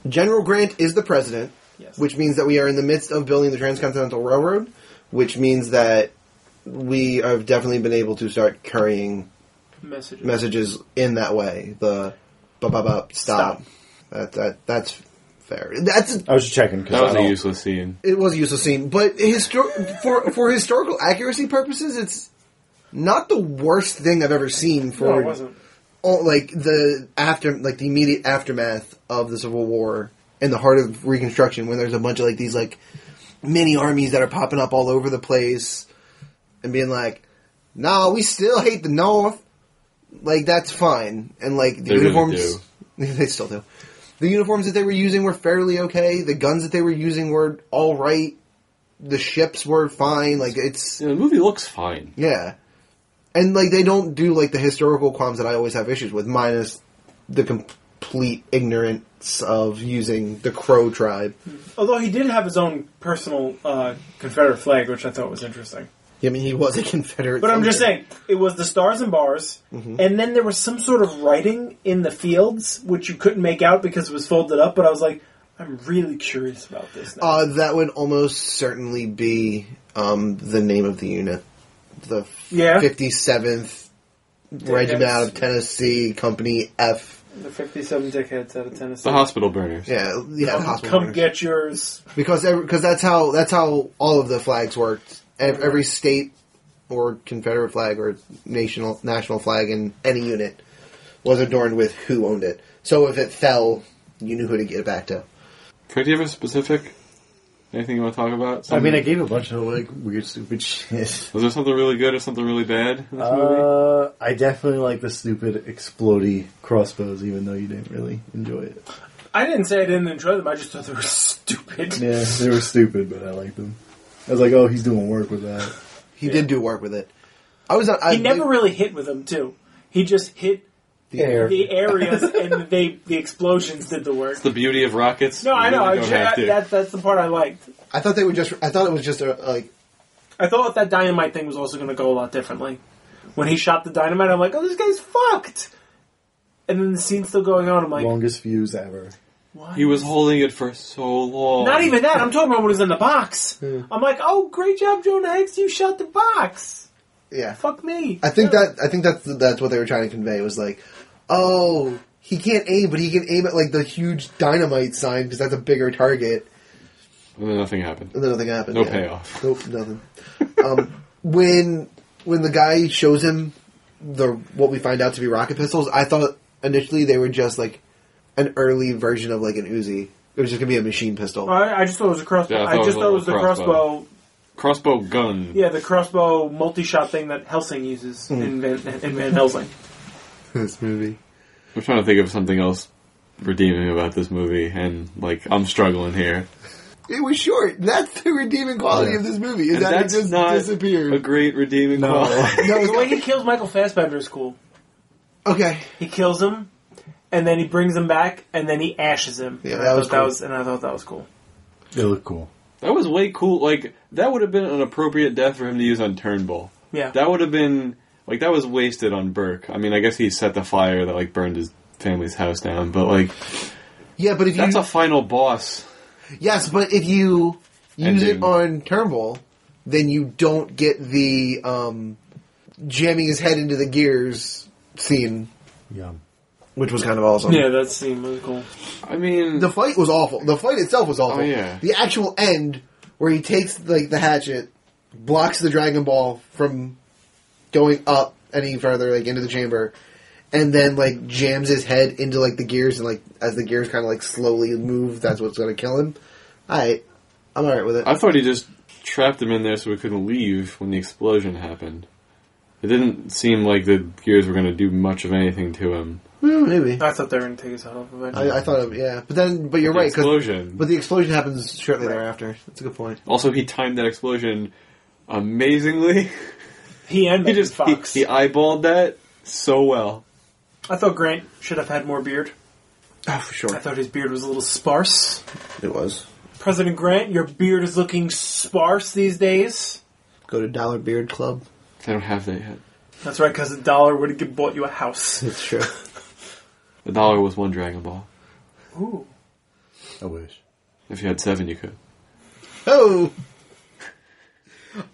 General Grant is the president,
Yes.
which means that we are in the midst of building the Transcontinental Railroad, which means that we have definitely been able to start carrying
messages.
messages in that way. The ba ba ba stop.
Stop.
That, that that's fair. That's
I was just checking
That
because
was a useless scene.
it was a useless scene, but histor- for for historical accuracy purposes, it's not the worst thing I've ever seen for
No, it wasn't.
all, like the after like the immediate aftermath of the Civil War and the heart of Reconstruction when there's a bunch of like these like mini armies that are popping up all over the place and being like, "Nah, we still hate the North." Like that's fine, and like the
They really
uniforms, <laughs> they still do. The uniforms that they were using were fairly okay. The guns that they were using were all right. The ships were fine. Like it's
Yeah, the movie looks fine.
yeah. And like they don't do like the historical qualms that I always have issues with, minus the complete ignorance of using the Crow tribe.
Although he did have his own personal uh, Confederate flag, which I thought was interesting.
I mean, he was a <laughs> Confederate.
But I'm just
soldier.
saying, it was the stars and bars, and then there was some sort of writing in the fields, which you couldn't make out because it was folded up, but I was like, I'm really curious about this now.
uh, that would almost certainly be um, the name of the unit, the
Yeah.
57th Regiment out of Tennessee, Company F.
the 57 dickheads out of Tennessee.
The hospital burners.
Yeah, yeah,
Come-
hospital
Come
burners.
get yours.
because because that's how that's how all of the flags worked. Ev- Every state or Confederate flag or national national flag in any unit was adorned with who owned it. So if it fell, you knew who to get it back to.
Frank, do you have a specific? Anything you want to talk about?
I mean I
Something-
gave a bunch of like weird stupid <laughs> shit.
was there something really good or something really bad in this movie?
Uh, I definitely like the stupid explodey crossbows, even though you didn't really enjoy it.
I didn't say I didn't enjoy them, I just thought they were <laughs> stupid.
Yeah, they were stupid, but I liked them. I was like, oh, he's doing work with that.
He did do work with it. I was not. I,
He never really hit with them, too. He just hit
the
air.
the areas, and they the explosions did the work.
The beauty of rockets.
No, I
You
know.
really
I
don't
ju-
have to.
that, that's the part I liked.
I thought they were just. I thought it was just a, like.
I thought that dynamite thing was also going to go a lot differently. When he shot the dynamite, I'm like, oh, this guy's fucked. And then the scene's still going on. I'm like,
Longest fuse <laughs> ever.
why?
He was holding it for so long.
Not even that. I'm talking about when he's in the box. I'm like, oh, great job, Jonah Hex. You shot the box.
Yeah.
Fuck me.
I think that I think that's that's what they were trying to convey was like, oh, he can't aim, but he can aim at like the huge dynamite sign because that's a bigger target.
And then nothing happened.
And then nothing happened.
No
yeah.
payoff.
Nope, nothing. um, when when the guy shows him the what we find out to be rocket pistols, I thought initially they were just like an early version of like an Uzi. It was just gonna be a machine pistol.
I, I just thought it was a crossbow.
Yeah, I
I,
thought it
just
was
thought
a
it was the
crossbow.
crossbow.
Crossbow gun.
Yeah, the crossbow multi-shot thing that Helsing uses
Hmm.
in, Van, in Van Helsing.
this movie.
I'm trying to think of something else redeeming about this movie, and like I'm struggling here.
It was short. That's the redeeming quality
Yeah.
of this movie. Is
And
that it
that's
just
not a
disappeared?
great redeeming
No.
quality. <laughs>
<laughs> No,
The way
it's-
he kills Michael Fassbender is cool.
okay.
He kills him, and then he brings him back, and then he ashes him.
Yeah,
and
that
I
was
thought
cool.
that was, and I thought that was cool.
They look cool.
That was way cool. Like that would have been an appropriate death for him to use on Turnbull.
Yeah,
That would have been like that was wasted on Burke. I mean, I guess he set the fire that like burned his family's house down, but like
Yeah, but if
that's
you
a final boss.
yes, but if you use
Ending.
it on Turnbull, then you don't get the um, jamming his head into the gears scene,
Yum.
which was kind of awesome.
yeah, that scene was cool.
I mean,
The fight was awful. The fight itself was awful.
Oh, yeah.
The actual end where he takes like the hatchet, blocks the Dragon Ball from going up any further, like into the chamber, and then like jams his head into like the gears and like as the gears kind of like slowly move, that's what's gonna kill him. Alright. I'm alright with it.
I thought he just trapped him in there so he couldn't leave when the explosion happened. It didn't seem like the gears were going to do much of anything to him.
Hmm, maybe.
I thought they were going to take his head off eventually.
I, I thought of yeah. But then but you're
The
right, 'cause-
explosion.
but the explosion happens shortly
Right.
thereafter. That's a good point.
Also, he timed that explosion amazingly. <laughs>
he and
he just he,
Fox.
he eyeballed that so well.
I thought Grant should have had more beard.
Oh for
I
sure.
thought his beard was a little sparse.
It was.
President Grant, your beard is looking sparse these days.
Go to Dollar Beard Club.
I don't have that yet.
That's right, because a dollar would have bought you a house.
It's true.
The dollar was one Dragon Ball.
Ooh.
I wish.
If you had seven, you could.
Oh.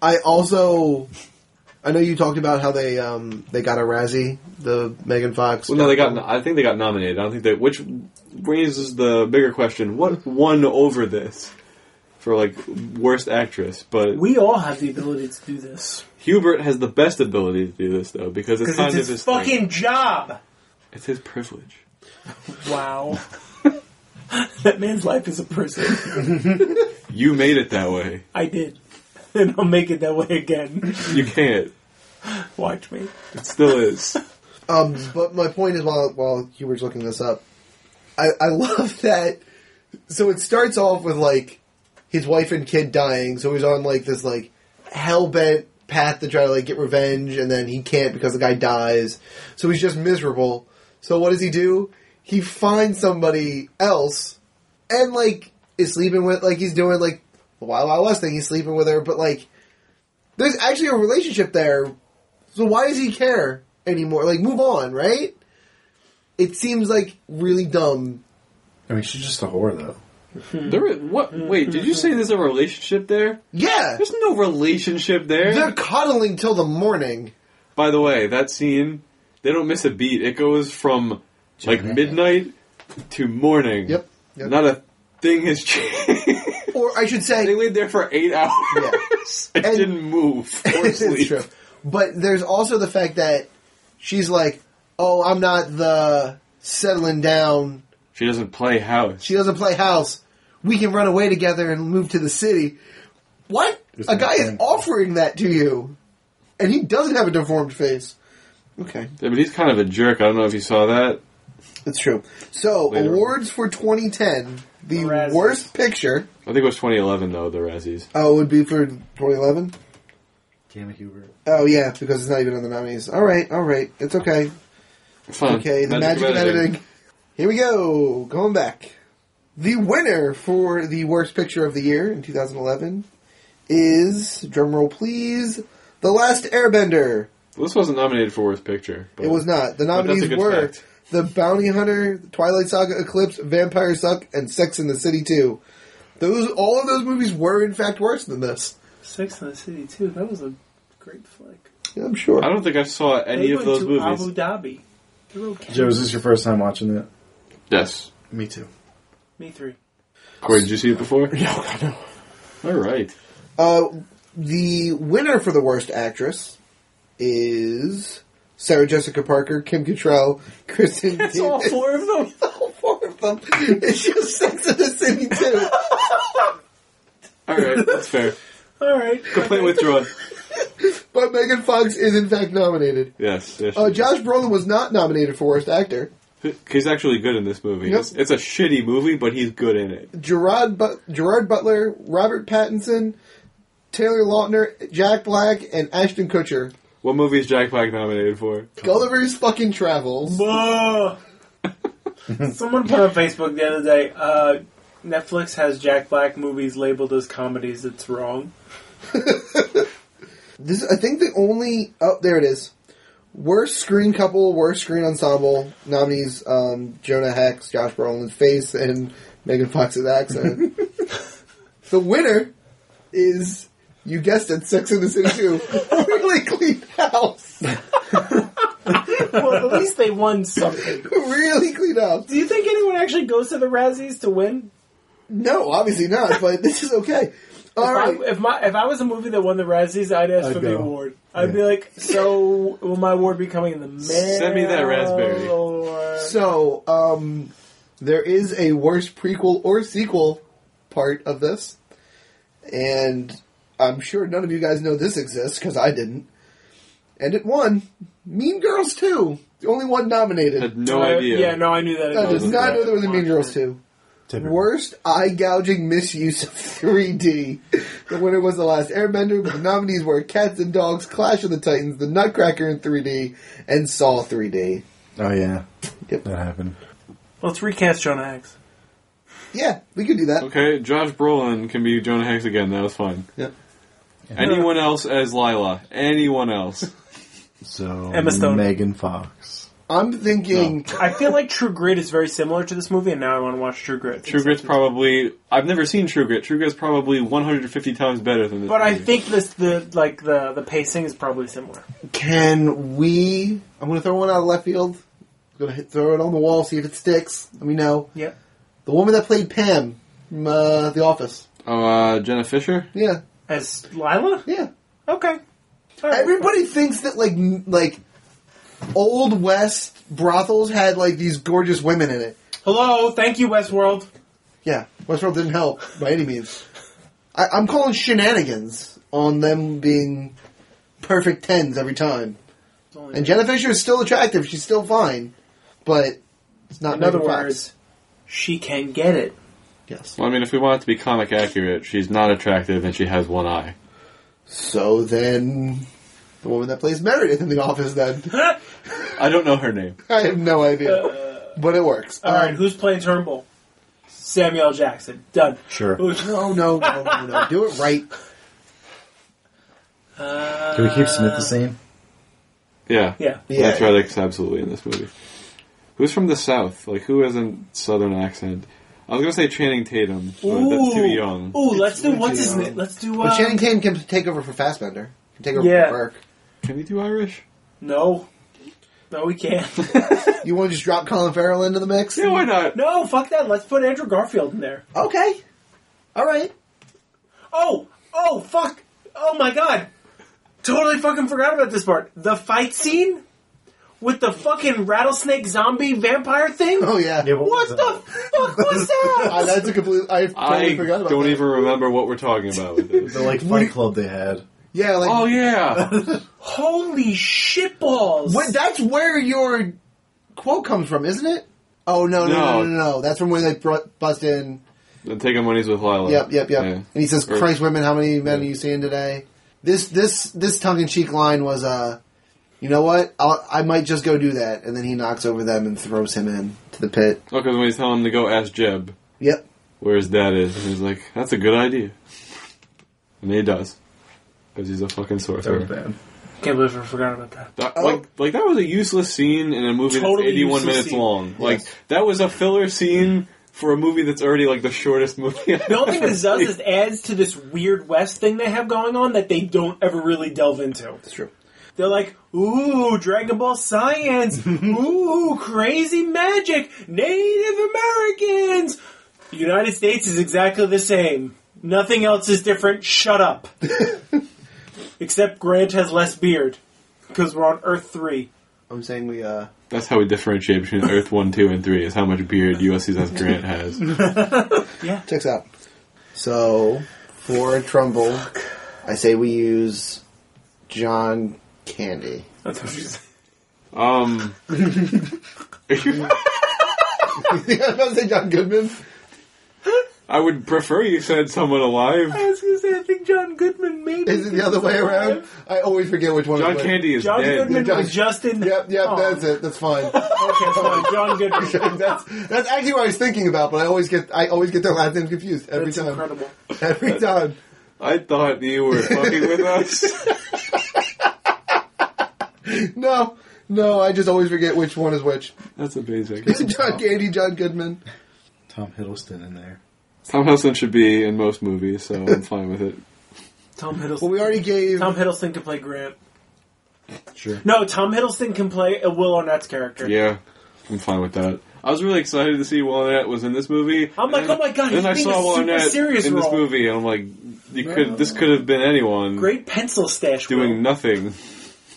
I also, I know you talked about how they um they got a Razzie, the Megan Fox.
Well, no, they got. I think they got nominated. I don't think they. Which raises the bigger question: What won over this for like worst actress? But
We all have the ability to do this.
Hubert has the best ability to do this though because it's
Because
kind
it's
of his
his
thing.
fucking job!
It's his privilege. <laughs>
Wow. that man's life is a prison.
You made it that way.
I did. <laughs> And I'll make it that way again. <laughs>
You can't.
Watch me.
It still is.
Um, but my point is, while while Hubert's looking this up, I I <laughs> love that. So it starts off with like his wife and kid dying, so he's on like this like hell bent path to try to like get revenge, and then he can't because the guy dies, so he's just miserable. So what does he do? He finds somebody else, and like is sleeping with like he's doing like the Wild Wild West thing. He's sleeping with her, but like there's actually a relationship there so why does he care anymore? Like, move on, right? It seems like really dumb.
I mean, she's just a whore, though.
<laughs> There. is- What? Wait. Did you say there's a relationship there?
Yeah,
There's no relationship there.
they're coddling till the morning.
By the way, that scene, they don't miss a beat. It goes from like midnight to morning.
Yep, yep.
Not a thing has
<laughs>
changed.
Or I should
they
say,
laid there for eight hours. <laughs> I
And-
didn't move or
<laughs> it's
sleep.
true. But there's also the fact that she's like, "Oh, I'm not the settling down.
She doesn't play house.
She doesn't play house. We can run away together and move to the city." What?
It's
a guy
not
is
him.
offering that to you, and he doesn't have a deformed face. Okay.
Yeah, but he's kind of a jerk. I don't know if you saw that.
It's true. So,
Later.
awards for 2010. The
Razzies.
worst picture.
I think it was 2011 though. The Razzies.
Oh, would be for 2011?
Damn it, Hubert.
Oh, yeah, because it's not even on the nominees. All right, all right. It's okay.
Fun.
Okay, the magic, of editing. Here we go. Going back. The winner for the worst picture of the year in 2011 is, drumroll please, The Last Airbender.
Well, this wasn't nominated for worst picture. but-
It was not.
But
The
that's a
nominees
good
were
fact.
The Bounty Hunter, Twilight Saga Eclipse, Vampire Suck, and Sex in the City 2. Those all of those movies were in fact worse than this.
Sex in the City, too. That was a great flick.
I'm sure.
I don't think I saw any
they
of
went
those
to
movies.
Abu Dhabi. They're okay.
Joe, is this your first time watching it?
yes.
Me too.
<laughs>
Me three.
Corey, did you see it
<laughs>
before?
No, God, no.
All right.
Uh, the winner for the worst actress is Sarah Jessica Parker, Kim Cattrall,
<laughs>
Kristen.
It's all
Davis.
four of them.
<laughs> All four of them. It's just Sex in the City too.
All right. That's
<laughs>
fair.
<laughs> All right.
Complaint withdrawn.
But Megan Fox is in fact nominated.
Yes. yes
Uh, Josh Brolin was not nominated for worst actor.
He's actually good in this movie.
Yep.
It's, it's a shitty movie, but he's good in it.
Gerard but- Gerard Butler, Robert Pattinson, Taylor Lautner, Jack Black, and Ashton Kutcher.
What movie is Jack Black nominated for? <laughs>
Gulliver's fucking Travels.
<laughs> Whoa. Someone put on Facebook the other day. Uh, Netflix has Jack Black movies labeled as comedies. It's wrong.
This I think the only oh there it is. Worst screen couple, worst screen ensemble nominees: um, Jonah Hex, Josh Brolin's face, and Megan Fox's accent. the winner is you guessed it, Sex in the City Two. really clean house.
Well, at least they won something.
really clean house.
<laughs> Do you think anyone actually goes to the Razzies to win?
No, obviously not.
<laughs>
But this is okay. All right.
I, if my if I was a movie that won the Razzies, I'd ask
I'd
for the
go.
award. I'd
Yeah.
be like, "So will my award be coming in the mail?"
Send me that raspberry.
or-
So, um, there is a worse prequel or sequel part of this, and I'm sure none of you guys know this exists because I didn't. And it won Mean Girls 2, the only one nominated.
Had no
Uh,
idea.
Yeah, no, I knew that.
I did
wasn't
not
that
know there was a Mean Girls 2.
Typical.
Worst eye gouging misuse of 3D. The winner was The Last Airbender, but the nominees were Cats and Dogs, Clash of the Titans, The Nutcracker in 3D, and Saw 3D.
Oh yeah,
Yep.
that happened.
Let's recast Jonah Hex.
Yeah, we could do that.
Okay, Josh Brolin can be Jonah Hex again. That was fun.
Yep.
Anyone else as Lila? Anyone else?
<laughs>
So
Emma Stone.
Megan Fox.
I'm thinking
I feel like True Grit is very similar to this movie, and now I want to watch True Grit.
True Grit's probably. I've never seen True Grit. True Grit's probably 150 times better than this.
But I
movie.
think this the like the the pacing is probably similar.
Can we? I'm going to throw one out of left field. I'm going to throw it on the wall, see if it sticks. Let me know.
Yep.
The woman that played Pam from uh, The Office.
Oh, uh, Jenna Fisher?
Yeah,
As Lila?
yeah.
Okay. All right.
Everybody thinks that like n- like old west brothels had like these gorgeous women in it.
Hello, thank you, Westworld.
Yeah, Westworld didn't help by any means. I, I'm calling shenanigans on them being perfect tens every time. And Jenna Fisher is still attractive. She's still fine, but it's not.
in other
Megan Fox.
words, she can get it.
yes.
Well, I mean, if we want it to be comic accurate, she's not attractive and she has one eye.
So then, the woman that plays Meredith in the office, then. <laughs>
I don't know her name.
I have no idea. but it works.
All right,
Um,
who's playing Turnbull? Samuel Jackson. Done.
Sure.
Who's-
No, no, no, no, no. Do it right.
Uh,
Can we keep Smith the same?
Yeah.
Yeah.
Yeah.
That's right, like, absolutely in this movie. Who's from the South? Like, who has a Southern accent? I was going to say Channing Tatum, but that's too young.
Ooh, let's do
way
what's
too
his
young.
name? Let's do. Uh,
But Channing Tatum can take over for Fassbender. Can take over
Yeah.
for Burke.
Can he do Irish?
No, no, we can't. <laughs>
You want to just drop Colin Farrell into the mix?
Yeah, why not?
no, fuck that. Let's put Andrew Garfield in there.
Okay. All right.
Oh, oh, fuck. Oh my god. Totally fucking forgot about this part. The fight scene with the fucking rattlesnake zombie vampire thing.
Oh yeah.
Yeah,
<laughs>
but-
What the fuck was
<laughs> I,
that?
that's a complete. I totally
I
forgot about
don't
that.
even remember what we're talking about with this.
<laughs>
The like Fight Club they had.
Yeah, like
Oh, <laughs> yeah!
Holy shitballs.
Wait, that's where your quote comes from, isn't it? Oh no, no, no, no,
No.
no! no. That's from when they brought, bust in
And taking money's with Lila.
Yep, yep, yep.
Yeah.
And he says,
Or-
"Christ, women, how many men
Yeah.
are you seeing today?" This this this tongue in cheek line was, uh, you know what? I'll, I might just go do that, and then he knocks over them and throws him in to the pit.
Oh, because when he's telling him to go ask Jeb
Yep.
where his dad is, and he's like, "That's a good idea," and he does because he's a fucking
That was
sorcerer.
bad.
Can't believe I forgot about that.
That-
Oh.
Like, like that was a useless scene in a movie
Totally
that's eighty-one
useless
minutes
scene.
long. Like, that was a filler scene for a movie that's already like the shortest movie.
<laughs>
The only thing this does is adds to this weird West thing they have going on that they don't ever really delve into.
That's true.
They're like, ooh, Dragon
<laughs>
Ball science, ooh, crazy magic, Native Americans. The United States is exactly the same. Nothing else is different.
<laughs>
Shut up. Except Grant has less beard because we're on Earth three.
I'm saying we. uh
<laughs> that's how we differentiate between Earth One, Two, and Three is how much beard USC's S. Grant
<laughs>
has. <laughs>
Checks out. So for Trumbull, I say we use John Candy. <laughs>
That's what she's.
Um,
I was about to say John Goodman.
I would prefer you said someone alive.
<laughs> I was going to say, I think John Goodman maybe.
Is it the other way around? I always forget which one.
John
it was.
Candy is
John
dead.
Goodman
John-
was just in.
Yep, yep,
Oh,
that's it. That's fine. <laughs>
Okay, fine.
<laughs>
John Goodman.
that's that's actually what I was thinking about, but I always get I always get their last names confused every
That's
time.
incredible.
Every time.
I thought you were fucking with
<laughs>
us.
No, no, I just always forget which one is which. <laughs>
That's amazing.
John Candy, John Goodman.
Tom Hiddleston in there.
Tom Hiddleston should be in most movies, so I'm fine with it.
Tom Hiddleston.
Well, we already gave.
Tom Hiddleston can play Grant.
Sure.
No, Tom Hiddleston can play a Will Arnett's character.
Yeah, I'm fine with that. I was really excited to see Will Arnett was in this movie.
I'm like, oh my God,
Then
he's
I
being
saw
a
Will
super
Arnett
serious
in this
role.
movie, and I'm like, you could this could have been anyone
Great pencil stash.
doing
Will.
nothing.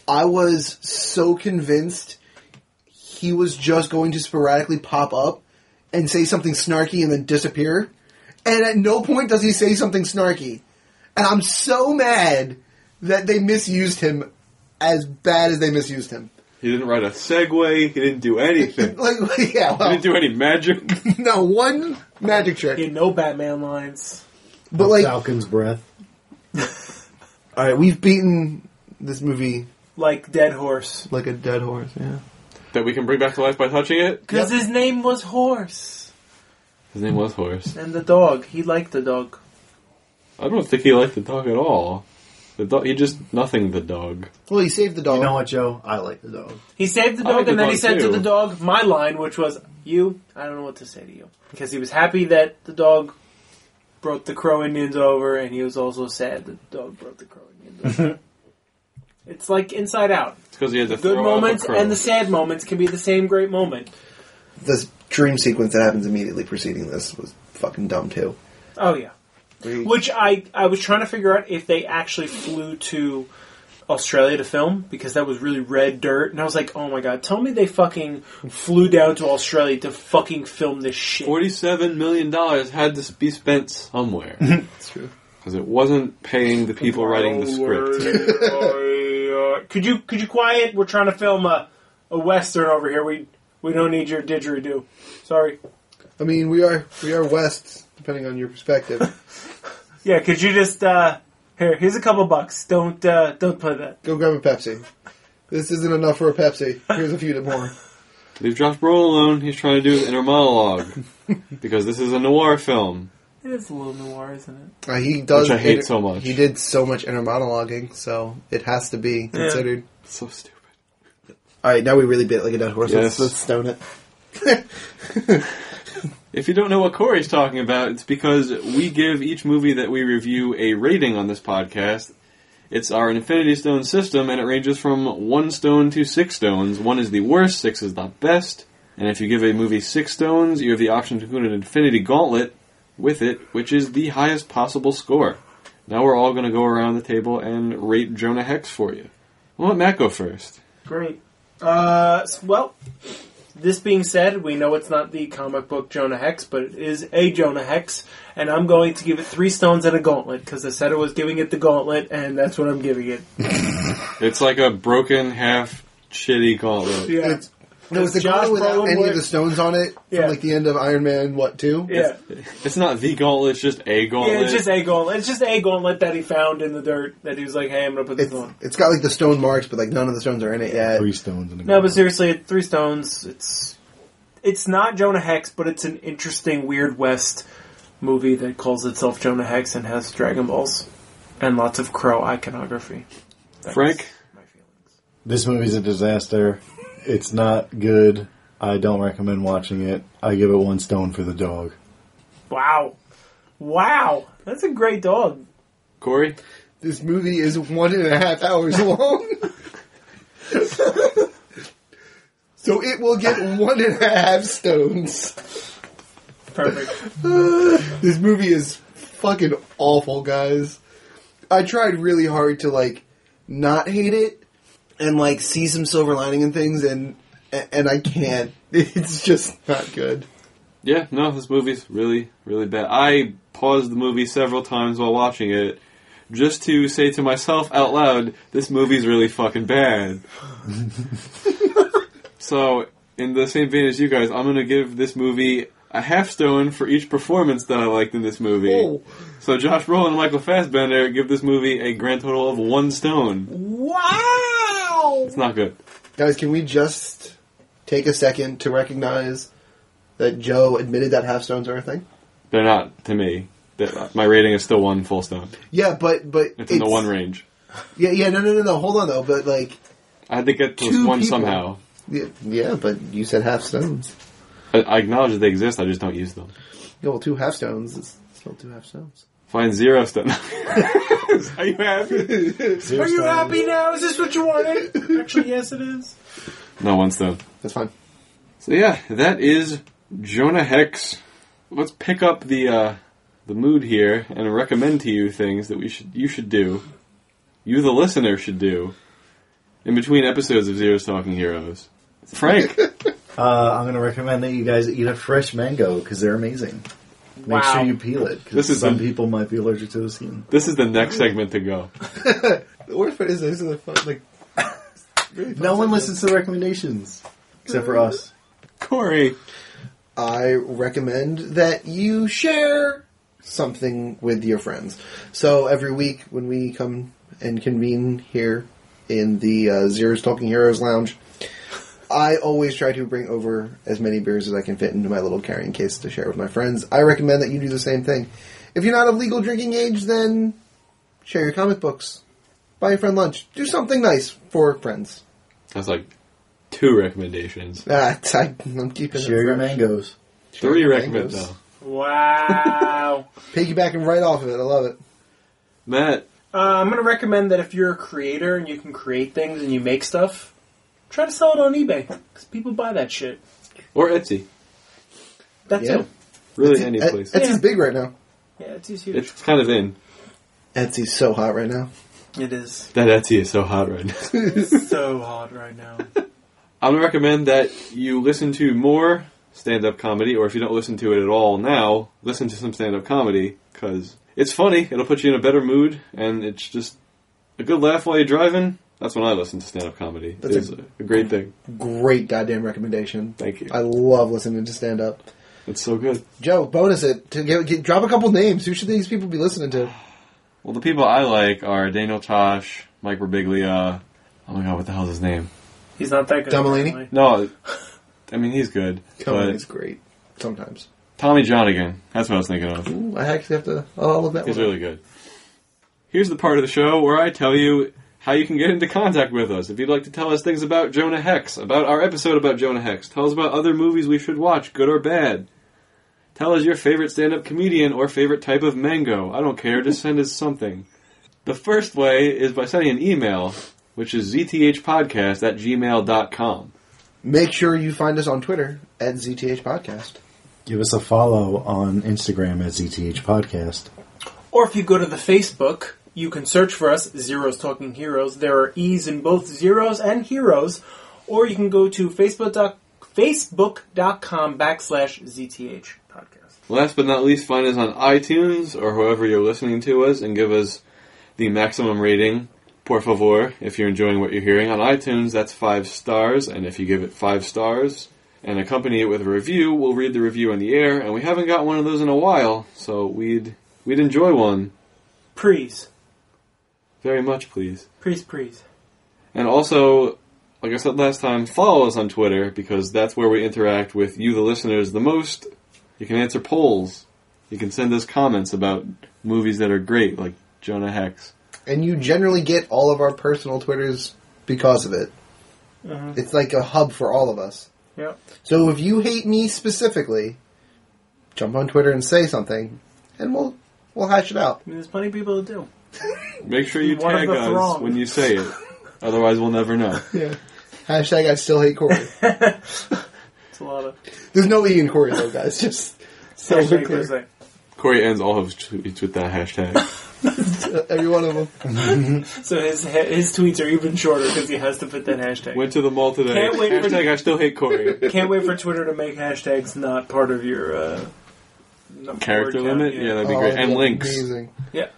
I was so convinced he was just going to sporadically pop up and say something snarky and then disappear. And at no point does he say something snarky. And I'm so mad that they misused him as bad as they misused him.
He didn't write a segue. He didn't do
<laughs>
anything.
Like, <laughs> yeah,
He
well,
didn't do any magic. <laughs>
no, one magic
He had
trick.
no Batman lines.
But, like,
Falcon's breath.
alright, we've beaten this movie
Like Dead Horse.
like a dead horse, yeah.
that we can bring back to life by touching it.
Because his name was Horse.
His name was Horace.
And the dog. He liked the dog.
I don't think he liked the dog at all. The dog, he just nothing the dog.
Well, he saved the dog.
You know what, Joe? I like the dog.
He saved the
I like
dog,
the
and then
dog
he said
too.
to the dog, my line, which was, You, I don't know what to say to you. Because he was happy that the dog brought the Crow Indians over, and he was also sad that the dog brought the Crow
<laughs>
Indians over. it's like Inside Out.
It's because he had to
Good
throw
moments
out a crow.
and the sad moments can be the same great moment.
this dream sequence that happens immediately preceding this was fucking dumb, too.
Oh, yeah.
Where he-
Which I, I was trying to figure out if they actually flew to Australia to film because that was really red dirt, and I was like, oh my god, tell me they fucking flew down to Australia to fucking film this shit.
Forty-seven million dollars had to be spent
<laughs>
somewhere
That's true.
because it wasn't paying the people writing the script.
<laughs> script. could you could you quiet? We're trying to film a, a western over here. We we don't need your didgeridoo. Sorry.
I mean, we are we are West, depending on your perspective.
<laughs>
Yeah, could you just uh here, here's a couple bucks. Don't uh don't play that.
Go grab a Pepsi. This isn't enough for a Pepsi. Here's a few more.
Leave Josh Brolin alone. He's trying to do his inner
<laughs>
monologue because this is a noir film.
It is a little noir, isn't it?
Uh, he does.
Which I hate so much.
He did so much inner monologuing, so it has to be considered.
It's so stupid.
All right, now we really bit like a dead horse.
Yes.
Let's, let's stone it.
If you don't know what Corey's talking about, it's because we give each movie that we review a rating on this podcast. It's our Infinity Stone system, and it ranges from one stone to six stones. One is the worst, six is the best. And if you give a movie six stones, you have the option to include an Infinity Gauntlet with it, which is the highest possible score. Now we're all going to go around the table and rate Jonah Hex for you. I'll let Matt go first.
Great. Uh s- well, this being said, we know it's not the comic book Jonah Hex, but it is a Jonah Hex, and I'm going to give it three stones and a gauntlet because I said I was giving it the gauntlet, and that's what I'm giving it.
It's like a broken, half shitty gauntlet.
<laughs> Yeah.
It's- No, it's the
Josh
guy without
Brolin
any
would-
of the stones on it
Yeah.
from like the end of Iron Man. What two?
yeah.
It's not the gauntlet, it's just a gauntlet.
Yeah, it's just a gauntlet. It's just a gauntlet that he found in the dirt that he was like, "Hey, I'm gonna put this
It's,
on."
it's got like the stone marks, but like none of the stones are in it yet.
Three stones in the
No, but seriously, it- three stones. It's it's not Jonah Hex, but it's an interesting, weird West movie that calls itself Jonah Hex and has Dragon Balls and lots of crow iconography. That's
Frank?
my feelings.
This movie's a disaster. It's not good. I don't recommend watching it. I give it one stone for the dog.
Wow, wow, that's a great dog.
Corey?
This movie is one and a half hours long. so it will get one and a half stones.
Perfect.
this movie is fucking awful, guys. I tried really hard to like not hate it and like see some silver lining in things, and and I can't. <laughs> It's just not good.
Yeah, no, this movie's really, really bad. I paused the movie several times while watching it just to say to myself out loud, this movie's really fucking bad. so, in the same vein as you guys, I'm gonna give this movie a half stone for each performance that I liked in this movie.
Oh.
So Josh Brolin and Michael Fassbender give this movie a grand total of one stone.
Wow!
It's not good.
Guys, can we just take a second to recognize that Joe admitted that half stones are a thing?
They're not to me. They're- My rating is still one full stone.
Yeah, but but
It's, in the one range.
Yeah, yeah, no, no, no, no. Hold on though, but like,
I had to get to
Two
one
people.
somehow.
yeah, yeah, but you said half stones.
I, I acknowledge that they exist. I just don't use them.
Yeah, well, two half stones is still two half stones.
Find zero stone. <laughs> Are you happy?
Zero
Are you
stars.
happy now? Is this what you wanted? Actually, yes, it is.
No one stone.
That's fine.
So yeah, that is Jonah Hex. Let's pick up the uh, the mood here and recommend to you things that we should you should do, you the listener should do, in between episodes of Zero's Talking Heroes. Frank,
Uh, I'm going to recommend that you guys eat a fresh mango because they're amazing. Make
Wow.
sure you peel it
This
because
is
some
a-
people might be allergic to the skin.
this is the next segment to go.
The worst part is this is a fun, like. really fun
No one
segment.
listens to the recommendations except for us.
Corey,
I recommend that you share something with your friends. So every week when we come and convene here in the uh, Zero's Talking Heroes Lounge, I always try to bring over as many beers as I can fit into my little carrying case to share with my friends. I recommend that you do the same thing. If you're not of legal drinking age, then share your comic books, buy your friend lunch, do something nice for friends. <laughs>
that's like two recommendations,
Uh, I, am keeping
Share your
it fresh.
mangoes.
three
your
recommend
mangoes.
though.
Wow.
Piggybacking right off of it. I love it.
Matt,
Uh, I'm going to recommend that if you're a creator and you can create things and you make stuff, try to sell it on eBay because people buy that shit.
or Etsy,
That's
Yeah.
it.
really any
Et-
place.
Etsy's
Yeah.
big right now.
Yeah, it's huge.
It's kind of in.
Etsy's so hot right now.
it <laughs> is
That Etsy is so hot right now. <laughs>
so hot right now.
I would recommend that you listen to more stand up comedy, or if you don't listen to it at all now, listen to some stand up comedy, because it's funny, it'll put you in a better mood, and it's just a good laugh while you're driving. That's when I listen to stand up comedy.
That's
it's
a-
a, great thing.
Great goddamn recommendation.
Thank you.
I love listening to stand up.
It's so good.
Joe, bonus it to get, get, drop a couple names. Who should these people be listening to?
Well, the people I like are Daniel Tosh, Mike Birbiglia. Oh my god, what the hell's his name?
He's not that good.
Dumblini?
apparently.
No, I mean, he's good.
Conan
but
is great sometimes.
Tommy John again. That's what I was thinking of.
Ooh, I actually have to. Oh, I love that
He's
one.
really good. Here's the part of the show where I tell you how you can get into contact with us. If you'd like to tell us things about Jonah Hex, about our episode about Jonah Hex, tell us about other movies we should watch, good or bad. Tell us your favorite stand up comedian or favorite type of mango. I don't care, just send us something. The first way is by sending an email, which is zthpodcast at gmail.com.
Make sure you find us on Twitter at ZTH Podcast.
Give us a follow on Instagram at ZTH Podcast.
Or if you go to the Facebook, you can search for us, Zeros Talking Heroes. There are E's in both zeros and heroes. Or you can go to Facebook doc, facebook.com backslash ZTH podcast.
Last but not least, find us on iTunes or however you're listening to us and give us the maximum rating, por favor, if you're enjoying what you're hearing. On iTunes, that's five stars, and if you give it five stars and accompany it with a review, we'll read the review on the air, and we haven't got one of those in a while, so we'd we'd enjoy one
Please.
very much, please.
Please, please.
And also, like I said last time, follow us on Twitter because that's where we interact with you, the listeners, the most. You can answer polls. You can send us comments about movies that are great, like Jonah Hex.
and you generally get all of our personal Twitters because of it. It's like a hub for all of us.
Yeah.
So if you hate me specifically, jump on Twitter and say something, and we'll we'll hash it out.
I mean, there's plenty of people that do.
Make sure you
One of
tag
the
us
throng.
when you say it. Otherwise, we'll never
<laughs>
know.
Hashtag I still hate Corey.
It's a lot of.
There's no E in Corey though, guys. Just <laughs> so we're
Hashtag
clear.
goes like,
Corey ends all of his tweets with that
<laughs>
hashtag.
uh, every one of them.
so his his tweets are even shorter because he has to put that hashtag.
Went to the mall today.
Can't wait for-
hashtag I still hate
<laughs>
Corey.
Can't wait for Twitter to make hashtags not part of your uh, number-
Character
word count,
limit? Yeah, that'd be
Oh,
great.
that'd
And
be
links.
Amazing.
Yeah.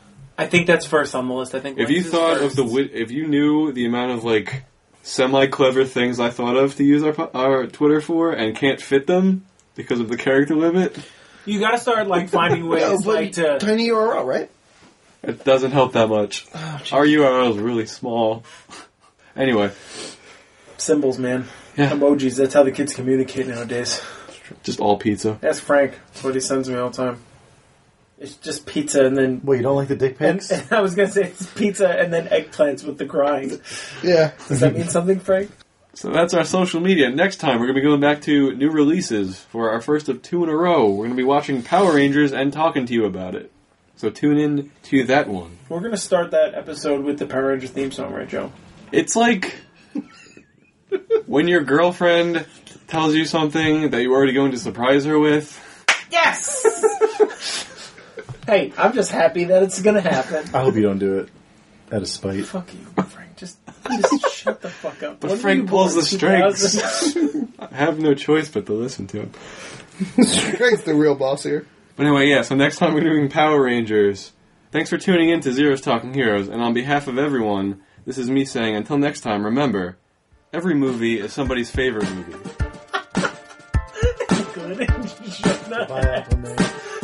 I think that's first on the list. I think
If you
Lynx is
thought of
first.
the, wit- if you knew the amount of like semi clever things I thought of to use our po- our Twitter for and can't fit them, because of the character limit.
You gotta start like finding <laughs> ways
No, but
like uh, to.
tiny URL, right?
It doesn't help that much. Our URL is really small. anyway,
Symbols, man.
Yeah.
Emojis, that's how the kids communicate nowadays.
just all pizza.
Ask Frank. That's what he sends me all the time. It's just pizza and then.
Wait, you don't like the dick
And,
pics?
and <laughs> I was gonna say it's pizza and then eggplants with the grind.
Yeah. <laughs>
Does <laughs> that mean something, Frank?
So that's our social media. Next time, we're going to be going back to new releases for our first of two in a row. We're going to be watching Power Rangers and talking to you about it. So tune in to that one.
We're gonna start that episode with the Power Ranger theme song, right, Joe?
It's like when your girlfriend tells you something that you're already going to surprise her with.
Yes. hey, I'm just happy that it's gonna happen.
Uh,
I hope you don't do it. Out of spite.
Fuck you, Frank. Just, just shut the fuck up. But
Frank pulls the I have no choice but to listen to him.
Greg's the real boss here.
But anyway, yeah, so next time we're doing Power Rangers. Thanks for tuning in to Zero's Talking Heroes, and on behalf of everyone, this is me saying until next time, remember, every movie is somebody's favorite movie.
<laughs> Good. <laughs> Shut up.
Bye, Apple Man.